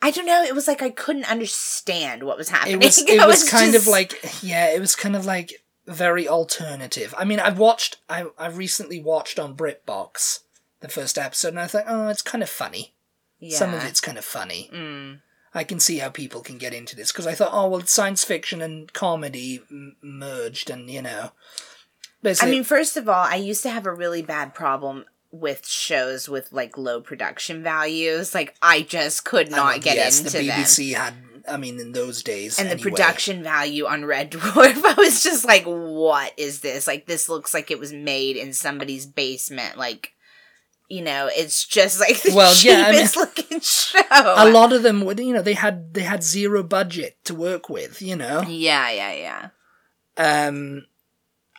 Speaker 2: I don't know. It was <laughs> like I couldn't understand what was happening.
Speaker 1: it was. It
Speaker 2: I
Speaker 1: was kind
Speaker 2: just-
Speaker 1: of like yeah, it was kind of like very alternative. I mean, I've watched, I, I recently watched on BritBox the first episode, and I thought, oh, it's kind of funny.
Speaker 2: Yeah.
Speaker 1: Some of it's kind of funny.
Speaker 2: Mm.
Speaker 1: I can see how people can get into this because I thought, oh well, it's science fiction and comedy m- merged, and you know,
Speaker 2: I
Speaker 1: basically,
Speaker 2: mean, first of all, I used to have a really bad problem with shows with like low production values. Like I just could
Speaker 1: I
Speaker 2: not
Speaker 1: mean,
Speaker 2: get
Speaker 1: yes,
Speaker 2: into
Speaker 1: the
Speaker 2: them.
Speaker 1: BBC had. I mean, in those days,
Speaker 2: and the
Speaker 1: anyway.
Speaker 2: production value on Red <laughs> Dwarf, I was just like, what is this? Like, this looks like it was made in somebody's basement. Like, you know, it's just like the
Speaker 1: Well, yeah, I mean-
Speaker 2: cheapest <laughs> looking show.
Speaker 1: A lot of them would, you know, they had they had zero budget to work with, you know.
Speaker 2: Yeah, yeah, yeah.
Speaker 1: Um,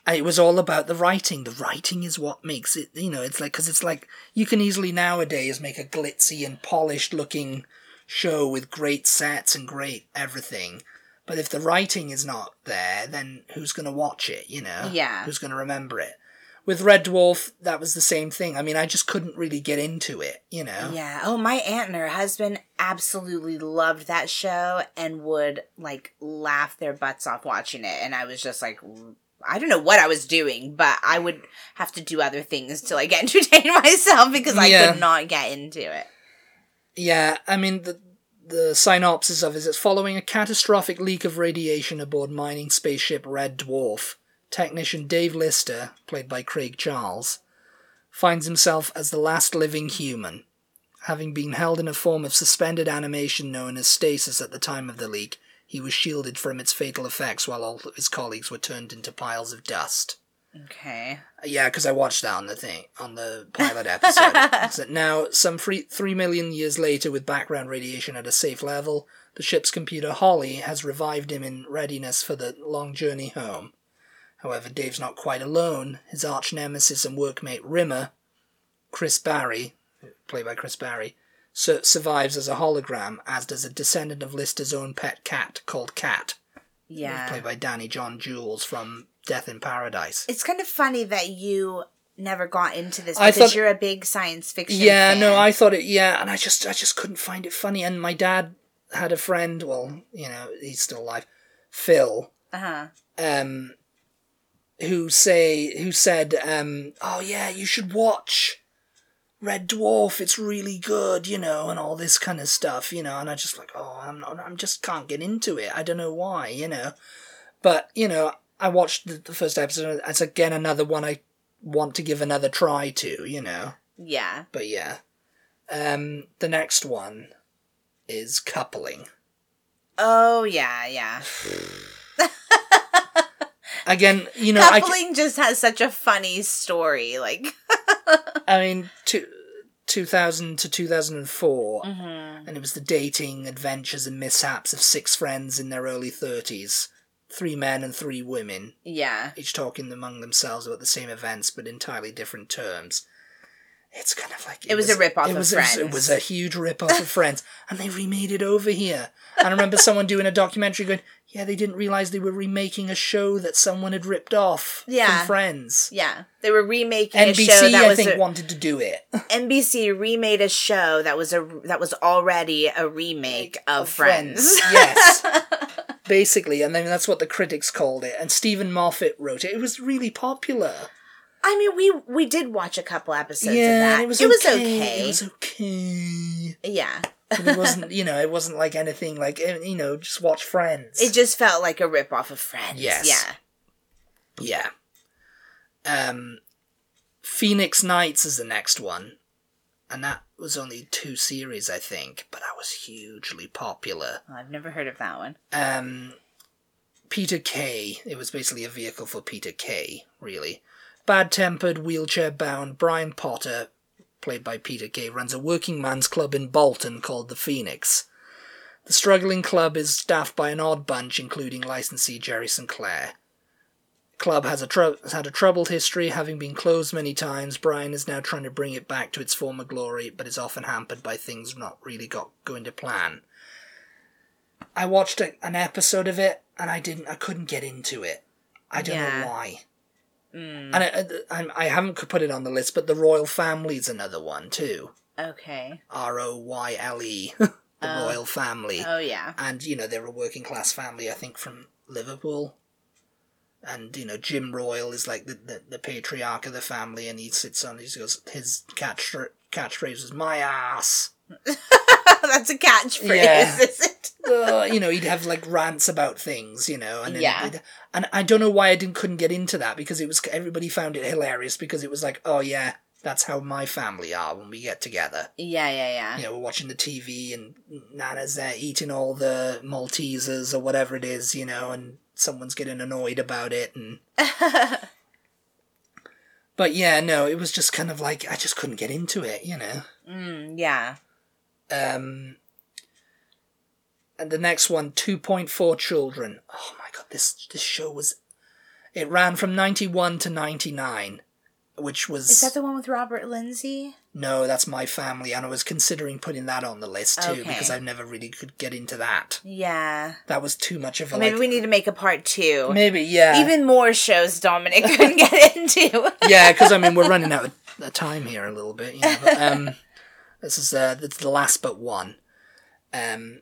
Speaker 1: and it was all about the writing. The writing is what makes it, you know. It's like because it's like you can easily nowadays make a glitzy and polished looking show with great sets and great everything, but if the writing is not there, then who's going to watch it? You know,
Speaker 2: Yeah.
Speaker 1: who's going to remember it? With Red Dwarf, that was the same thing. I mean, I just couldn't really get into it, you know.
Speaker 2: Yeah. Oh, my aunt and her husband absolutely loved that show and would like laugh their butts off watching it. And I was just like, I don't know what I was doing, but I would have to do other things to like <laughs> entertain myself because I
Speaker 1: Yeah.
Speaker 2: could not get into it.
Speaker 1: Yeah, I mean the the synopsis of it is it's following a catastrophic leak of radiation aboard mining spaceship Red Dwarf. Technician Dave Lister, played by Craig Charles, finds himself as the last living human, having been held in a form of suspended animation known as stasis at the time of the leak. He was shielded from its fatal effects while all of his colleagues were turned into piles of dust.
Speaker 2: Okay.
Speaker 1: Yeah, because I watched that on the thing on the pilot episode. so now, some free, three million years later, with background radiation at a safe level, the ship's computer Holly has revived him in readiness for the long journey home. However, Dave's not quite alone. His arch nemesis and workmate Rimmer, Chris Barry, played by Chris Barry, sur- survives as a hologram, as does a descendant of Lister's own pet cat called Cat,
Speaker 2: Yeah.
Speaker 1: played by Danny John Jules from Death in Paradise.
Speaker 2: It's kind of funny that you never got into this
Speaker 1: I
Speaker 2: because
Speaker 1: thought-
Speaker 2: you're a big science fiction.
Speaker 1: yeah
Speaker 2: fan.
Speaker 1: no i thought it yeah and i just i just couldn't find it funny and my dad had a friend well you know he's still alive phil
Speaker 2: Uh-huh.
Speaker 1: um who say who said um oh yeah you should watch red dwarf it's really good you know and all this kind of stuff you know and i just like oh i'm not i'm just can't get into it i don't know why you know but you know i watched the, the first episode it's again another one i want to give another try to you know
Speaker 2: Yeah.
Speaker 1: but yeah. Um, the next one is coupling.
Speaker 2: Oh yeah, yeah.
Speaker 1: Again, you know, I,
Speaker 2: Coupling just has such a funny story. Like
Speaker 1: I mean, two, 2000 to 2004,
Speaker 2: Mhm.
Speaker 1: and it was the dating, adventures, and mishaps of six friends in their early 30s. Three men and three women,
Speaker 2: Yeah.
Speaker 1: each talking among themselves about the same events but entirely different terms. It's kind of like
Speaker 2: It was a rip-off
Speaker 1: it
Speaker 2: of
Speaker 1: was- it was- It
Speaker 2: Friends.
Speaker 1: was a <laughs> huge rip off of Friends, and they remade it over here. And I
Speaker 2: <laughs>
Speaker 1: remember someone doing a documentary going, "Yeah, they didn't realize they were remaking a show that someone had ripped off
Speaker 2: Yeah.
Speaker 1: from Friends."
Speaker 2: Yeah, they were remaking a
Speaker 1: NBC,
Speaker 2: show that
Speaker 1: I
Speaker 2: was
Speaker 1: think,
Speaker 2: a,
Speaker 1: wanted to do
Speaker 2: <laughs>
Speaker 1: it.
Speaker 2: NBC remade a show that was a that was already a remake of Friends.
Speaker 1: yes. Basically, and then that's what the critics called it. And Stephen Moffat wrote it. It was really popular.
Speaker 2: <laughs> I mean, we we did watch a couple episodes
Speaker 1: yeah,
Speaker 2: of that.
Speaker 1: it was
Speaker 2: okay.
Speaker 1: It was okay.
Speaker 2: yeah,
Speaker 1: But it wasn't, you know, it wasn't like anything like eh, you know, just watch Friends.
Speaker 2: it just felt like a rip off of Friends.
Speaker 1: Yes.
Speaker 2: Yeah.
Speaker 1: Yeah. Um, Phoenix Knights is the next one, and that was only two series, I think, but that was hugely popular.
Speaker 2: Well, I've never heard of that one.
Speaker 1: Um, Peter Kay. It was basically a vehicle for Peter Kay, really. Bad tempered, wheelchair bound Brian Potter, played by Peter Kay, runs a working man's club in Bolton called the Phoenix. The struggling club is staffed by an odd bunch, including licensee Jerry Sinclair. Club has a trou- has had a troubled history, having been closed many times. Brian is now trying to bring it back to its former glory, but is often hampered by things not really got going to plan. I watched a, an episode of it and I didn't. I couldn't get into it. I don't
Speaker 2: Yeah.
Speaker 1: know why.
Speaker 2: Mm,
Speaker 1: And I, I, I haven't put it on the list, but the royal family's another one too.
Speaker 2: okay.
Speaker 1: R O Y L E, <laughs> the
Speaker 2: Oh.
Speaker 1: royal family, <laughs>
Speaker 2: Oh yeah. <laughs>
Speaker 1: and you know they're a working class family. I think from Liverpool. and you know Jim Royal is like the, the, the patriarch of the family, and he sits on. He goes, his catch catchphrase was "my ass."
Speaker 2: That's a catchphrase,
Speaker 1: Yeah.
Speaker 2: <laughs> is it?
Speaker 1: Uh, you know, he'd have like rants about things, you know, and then
Speaker 2: Yeah.
Speaker 1: he'd- and I don't know why I didn't couldn't get into that because it was everybody found it hilarious because it was like, oh yeah, that's how my family are when we get together.
Speaker 2: Yeah, yeah,
Speaker 1: You
Speaker 2: yeah.
Speaker 1: know, we're watching the TV and Nana's there eating all the Maltesers or whatever it is, you know, and someone's getting annoyed about it and but yeah, no, it was just kind of like I just couldn't get into it, you know.
Speaker 2: <laughs> mm, yeah.
Speaker 1: Um, and the next one, 2.4 children. Oh my god, this this show was. It ran from 91 to 99, which was.
Speaker 2: Is that the one with Robert Lindsay?
Speaker 1: no, that's my family, and I was considering putting that on the list too
Speaker 2: Okay.
Speaker 1: because I never really could get into that.
Speaker 2: Yeah.
Speaker 1: That was too much of a
Speaker 2: Maybe
Speaker 1: like.
Speaker 2: we need to make a part two.
Speaker 1: maybe yeah,
Speaker 2: Even more shows <laughs> Dominic couldn't get <laughs> into.
Speaker 1: yeah, because I mean we're running out of of time here a little bit. You know, but, um, this is uh, this is the last but one. Um,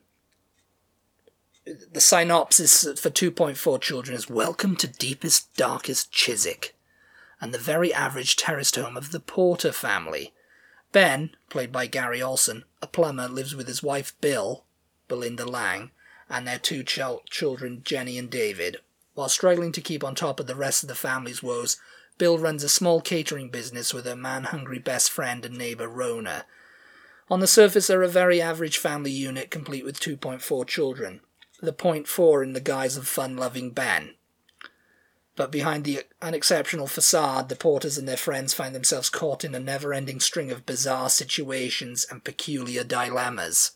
Speaker 1: the synopsis for two point four children is "Welcome to deepest, darkest Chiswick, and the very average terraced home of the Porter family." Ben, played by Gary Olson, a plumber, lives with his wife Bill, Belinda Lang, and their two chil- children, Jenny and David. While struggling to keep on top of the rest of the family's woes, Bill runs a small catering business with her man hungry best friend and neighbour Rona. On the surface, they're a very average family unit complete with 2.4 children, the 0.4 in the guise of fun loving Ben. But behind the unexceptional facade, the Porters and their friends find themselves caught in a never ending string of bizarre situations and peculiar dilemmas.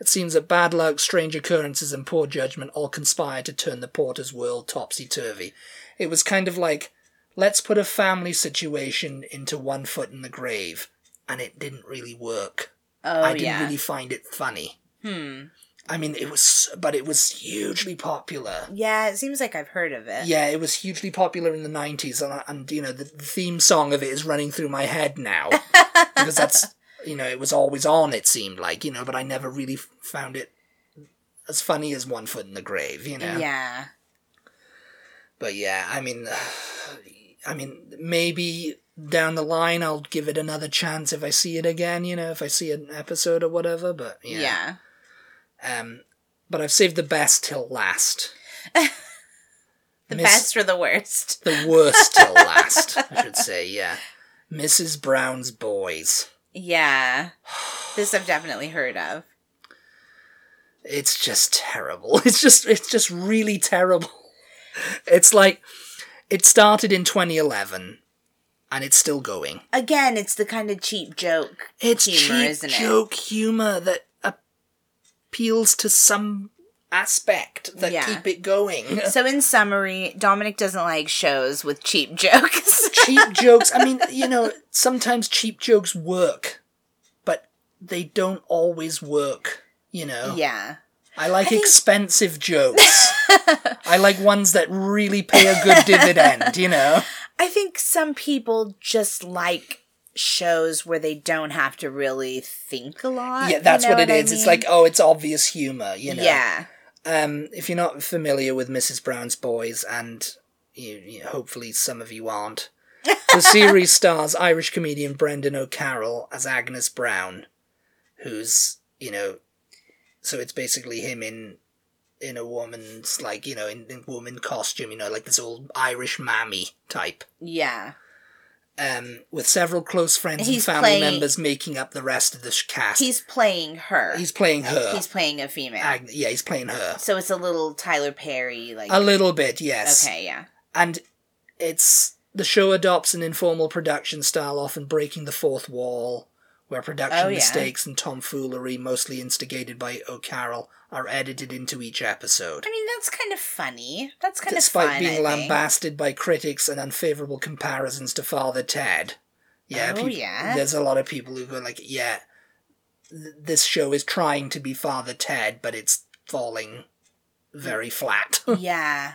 Speaker 1: It seems that bad luck, strange occurrences, and poor judgment all conspire to turn the Porters' world topsy turvy. It was kind of like, let's put a family situation into one foot in the grave, and it didn't really work.
Speaker 2: Oh,
Speaker 1: I didn't
Speaker 2: yeah.
Speaker 1: really find it funny.
Speaker 2: Hmm.
Speaker 1: I mean, it was, but it was hugely popular.
Speaker 2: Yeah, it seems like I've heard of it.
Speaker 1: Yeah, it was hugely popular in the '90s, and, I- and you know the the theme song of it is running through my head now because
Speaker 2: <laughs>
Speaker 1: that's you know it was always on. It seemed like you know, but I never really f- found it as funny as One Foot in the Grave. You know,
Speaker 2: Yeah.
Speaker 1: but yeah, I mean, <sighs> I mean, maybe down the line I'll give it another chance if I see it again. You know, if I see an episode or whatever. But
Speaker 2: Yeah.
Speaker 1: yeah, Um, but I've saved the best till last.
Speaker 2: <laughs> The
Speaker 1: Miss-
Speaker 2: best or the worst.
Speaker 1: The worst till last, I
Speaker 2: <laughs>
Speaker 1: should say, yeah. Mrs. Brown's Boys.
Speaker 2: Yeah. This I've definitely heard of.
Speaker 1: It's just terrible. <laughs> It's just it's just really terrible. It's like it started in 2011 and it's still going.
Speaker 2: Again, it's the kind of cheap joke.
Speaker 1: It's
Speaker 2: Humor,
Speaker 1: cheap
Speaker 2: isn't it?
Speaker 1: joke humor that appeals to some aspect that
Speaker 2: Yeah.
Speaker 1: keep it going. <laughs>
Speaker 2: So, in summary, Dominic doesn't like shows with cheap <laughs> jokes.
Speaker 1: cheap jokes. I mean, you know, sometimes cheap jokes work, but they don't always work, you know.
Speaker 2: yeah.
Speaker 1: I like
Speaker 2: think-
Speaker 1: expensive
Speaker 2: <laughs>
Speaker 1: jokes. I like ones that really pay a good dividend, you
Speaker 2: <laughs>
Speaker 1: know?
Speaker 2: I think some people just like shows where they don't have to really think a lot.
Speaker 1: Yeah, that's
Speaker 2: Uh, you know
Speaker 1: what it
Speaker 2: I
Speaker 1: is. It's
Speaker 2: mean?
Speaker 1: like, oh, it's obvious humor, you know?
Speaker 2: yeah,
Speaker 1: Um, if you're not familiar with Mrs. Brown's Boys, and you, you, hopefully some of you aren't, the
Speaker 2: <laughs>
Speaker 1: series stars Irish comedian Brendan O'Carroll as Agnes Brown, who's you know, so it's basically him in in a woman's like you know in, in woman costume, you know, like this old Irish mammy type.
Speaker 2: yeah,
Speaker 1: Um, with several close friends
Speaker 2: He's
Speaker 1: and family
Speaker 2: playing-
Speaker 1: members making up the rest of the sh- cast.
Speaker 2: he's playing her.
Speaker 1: he's playing her.
Speaker 2: He's playing a female.
Speaker 1: Ag- yeah, he's playing her.
Speaker 2: so it's a little Tyler Perry, like
Speaker 1: A little bit, yes.
Speaker 2: okay, yeah,
Speaker 1: and it's the show adopts an informal production style, often breaking the fourth wall, where production
Speaker 2: Oh, yeah.
Speaker 1: mistakes and tomfoolery, mostly instigated by O'Carroll, are edited into each episode.
Speaker 2: I mean that's kind of funny. That's kind
Speaker 1: Despite
Speaker 2: of fun.
Speaker 1: being
Speaker 2: I think.
Speaker 1: lambasted by critics and unfavorable comparisons to Father Ted, yeah,
Speaker 2: Oh,
Speaker 1: peop-
Speaker 2: yeah.
Speaker 1: there's a lot of people who go like, yeah, th- this show is trying to be Father Ted, but it's falling very flat. <laughs>
Speaker 2: yeah,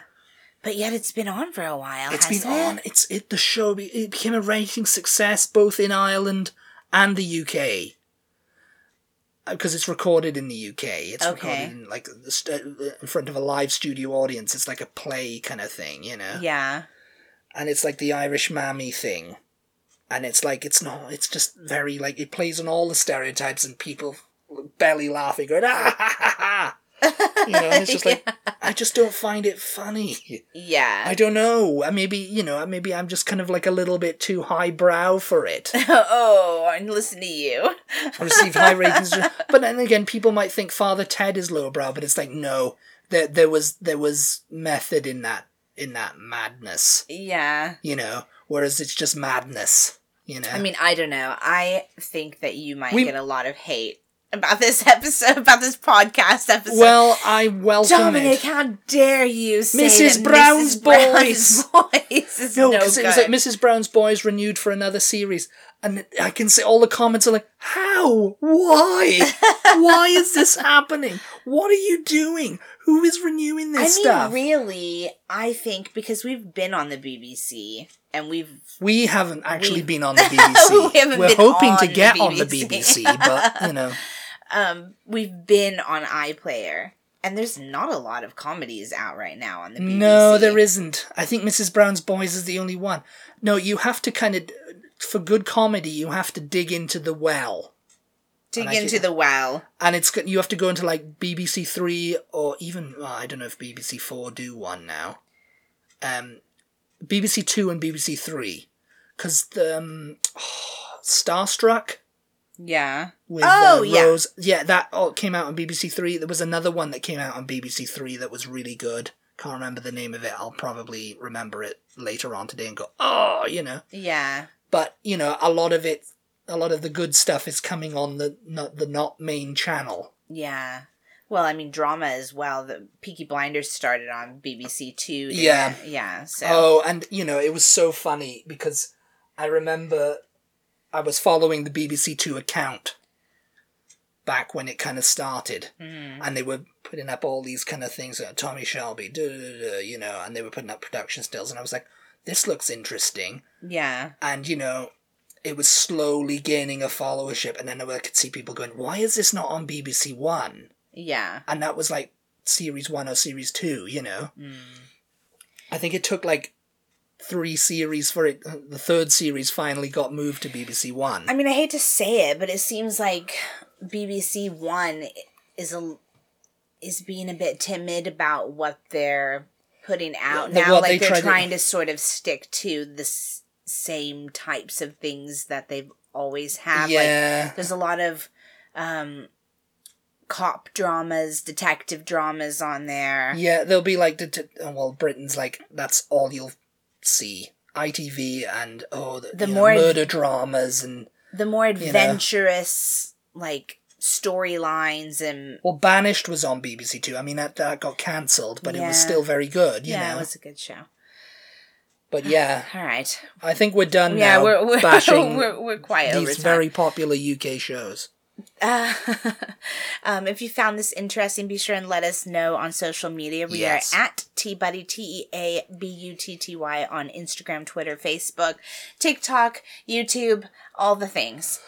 Speaker 2: but yet it's been on for a while.
Speaker 1: It's been
Speaker 2: hasn't it?
Speaker 1: on. It's it. The show be, it became a rating success both in Ireland and the UK. because Uh, it's recorded in the UK. It's
Speaker 2: Okay.
Speaker 1: recorded in, like st- uh, in front of a live studio audience. It's like a play kind of thing, you know.
Speaker 2: Yeah.
Speaker 1: And it's like the Irish mammy thing, and it's like it's not. It's just very like it plays on all the stereotypes and people belly laughing, going ah ha ha ha. You know, and it's just like I just don't find it funny. I
Speaker 2: Yeah.
Speaker 1: don't know. Uh, Maybe you know. Maybe I'm just kind of like a little bit too highbrow for it.
Speaker 2: <laughs> oh, and listen to you.
Speaker 1: I receive high ratings, but then again, people might think Father Ted is lowbrow, but it's like no, there there was there was method in that in that madness,
Speaker 2: Yeah.
Speaker 1: you know. Whereas it's just madness, you know.
Speaker 2: I mean, I don't know. I think that you might
Speaker 1: We-
Speaker 2: get a lot of hate about this episode, about this podcast episode.
Speaker 1: well, I welcome
Speaker 2: Dominic,
Speaker 1: it.
Speaker 2: how dare you say
Speaker 1: Mrs.
Speaker 2: that
Speaker 1: Brown's
Speaker 2: Mrs. Brown's <laughs> voice is no,
Speaker 1: No, because
Speaker 2: good.
Speaker 1: it was like Mrs. Brown's Boys renewed for another series, and I can see all the comments are like, "How?
Speaker 2: <laughs>
Speaker 1: Why? Why is this happening? What are you doing? Who is renewing this
Speaker 2: I mean,
Speaker 1: stuff?"
Speaker 2: really, I think because we've been on the BBC and we've
Speaker 1: We haven't actually
Speaker 2: We-
Speaker 1: been
Speaker 2: <laughs>
Speaker 1: on the BBC.
Speaker 2: We haven't
Speaker 1: We're
Speaker 2: been
Speaker 1: hoping
Speaker 2: on
Speaker 1: to
Speaker 2: the
Speaker 1: get on the
Speaker 2: BBC. <laughs>
Speaker 1: BBC, but you know,
Speaker 2: um we've been on iPlayer, and there's not a lot of comedies out right now on the BBC.
Speaker 1: no, there isn't. I think Mrs. Brown's Boys is the only one. No, you have to kind of, for good comedy, you have to dig into the well,
Speaker 2: Dig
Speaker 1: and I
Speaker 2: into
Speaker 1: think-
Speaker 2: the well.
Speaker 1: and it's go- you have to go into like BBC Three or even well, I don't know if BBC Four do one now, um, BBC Two and BBC Three, because the um, <sighs> Starstruck.
Speaker 2: Yeah.
Speaker 1: with
Speaker 2: Oh,
Speaker 1: uh,
Speaker 2: yeah.
Speaker 1: Rose. Yeah, that all came out on BBC Three. There was another one that came out on BBC Three that was really good. Can't remember the name of it. I'll probably remember it later on today and go, oh, you know.
Speaker 2: Yeah.
Speaker 1: But you know, a lot of it, a lot of the good stuff is coming on the not the not main channel.
Speaker 2: Yeah. Well, I mean, drama as well. The Peaky Blinders started on BBC Two. didn't
Speaker 1: Yeah.
Speaker 2: it? Yeah. So.
Speaker 1: Oh, and you know, it was so funny because I remember I was following the BBC Two account back when it kind of started.
Speaker 2: Mhm.
Speaker 1: and they were putting up all these kind of things like Tommy Shelby, duh, duh, duh, duh, you know, and they were putting up production stills, and I was like, this looks interesting,
Speaker 2: Yeah.
Speaker 1: and you know, it was slowly gaining a followership, and then I could see people going, why is this not on BBC One?
Speaker 2: Yeah.
Speaker 1: And that was like series one or series two, you know.
Speaker 2: Mm.
Speaker 1: I think it took like three series for it. The third series finally got moved to BBC One.
Speaker 2: I mean, I hate to say it, but it seems like BBC One is a is being a bit timid about what they're putting out
Speaker 1: The-
Speaker 2: now.
Speaker 1: what
Speaker 2: like
Speaker 1: they
Speaker 2: they are
Speaker 1: tried to-
Speaker 2: trying to sort of stick to the s- same types of things that they've always had. Like
Speaker 1: yeah,
Speaker 2: there's a lot of um, cop dramas, detective dramas on there.
Speaker 1: Yeah, they'll be like, det- det- oh, well, Britain's like, that's all you'll see. ITV and, oh, the,
Speaker 2: The
Speaker 1: you know,
Speaker 2: more-
Speaker 1: murder dramas and,
Speaker 2: The more
Speaker 1: know.
Speaker 2: adventurous, like storylines and
Speaker 1: well, Banished was on BBC Two. I mean, that, that got cancelled, but it was
Speaker 2: Yeah.
Speaker 1: still very good, you
Speaker 2: yeah,
Speaker 1: know.
Speaker 2: it was a good show.
Speaker 1: But yeah,
Speaker 2: All right.
Speaker 1: I think we're done
Speaker 2: yeah,
Speaker 1: now
Speaker 2: we're <laughs> we're,
Speaker 1: bashing
Speaker 2: we're we're quiet over
Speaker 1: these
Speaker 2: time.
Speaker 1: very popular UK shows.
Speaker 2: Uh, <laughs> um, if you found this interesting, be sure and let us know on social media. We
Speaker 1: Yes.
Speaker 2: are at T Buddy T E A B U T T Y on Instagram, Twitter, Facebook, TikTok, YouTube, all the things.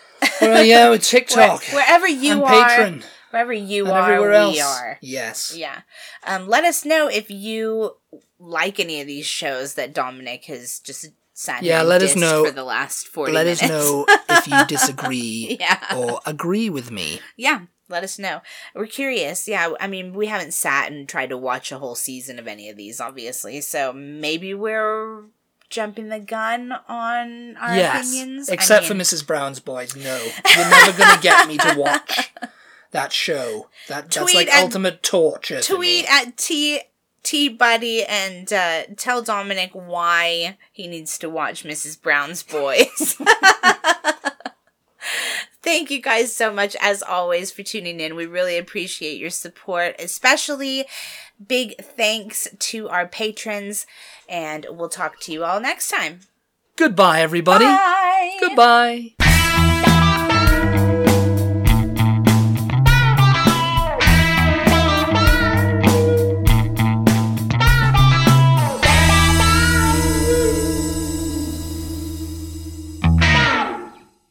Speaker 1: well, yeah, with
Speaker 2: <laughs> Where-
Speaker 1: TikTok
Speaker 2: wherever you
Speaker 1: and
Speaker 2: are,
Speaker 1: Patreon
Speaker 2: wherever you
Speaker 1: and
Speaker 2: are,
Speaker 1: everywhere else.
Speaker 2: we are.
Speaker 1: Yes.
Speaker 2: Yeah. Um, let us know if you like any of these shows that Dominic has just sat.
Speaker 1: Yeah,
Speaker 2: and
Speaker 1: let us
Speaker 2: dissed
Speaker 1: know.
Speaker 2: for the last forty.
Speaker 1: Let
Speaker 2: minutes.
Speaker 1: us know if you disagree
Speaker 2: <laughs> Yeah.
Speaker 1: or agree with me.
Speaker 2: Yeah, let us know. We're curious. Yeah, I mean, we haven't sat and tried to watch a whole season of any of these, obviously. So maybe we're jumping the gun on our opinions. I
Speaker 1: Except
Speaker 2: mean-
Speaker 1: for Mrs. Brown's Boys, no. You're never going to get me to
Speaker 2: <laughs>
Speaker 1: watch that show. That, that's
Speaker 2: Tweet
Speaker 1: like
Speaker 2: at-
Speaker 1: ultimate torture. for
Speaker 2: Tweet
Speaker 1: me.
Speaker 2: at T T Buddy and uh, tell Dominic why he needs to watch Mrs. Brown's Boys. <laughs> Thank you guys so much, as always, for tuning in. We really appreciate your support, especially big thanks to our patrons. And we'll talk to you all next time.
Speaker 1: Goodbye, everybody.
Speaker 2: Bye.
Speaker 1: Goodbye.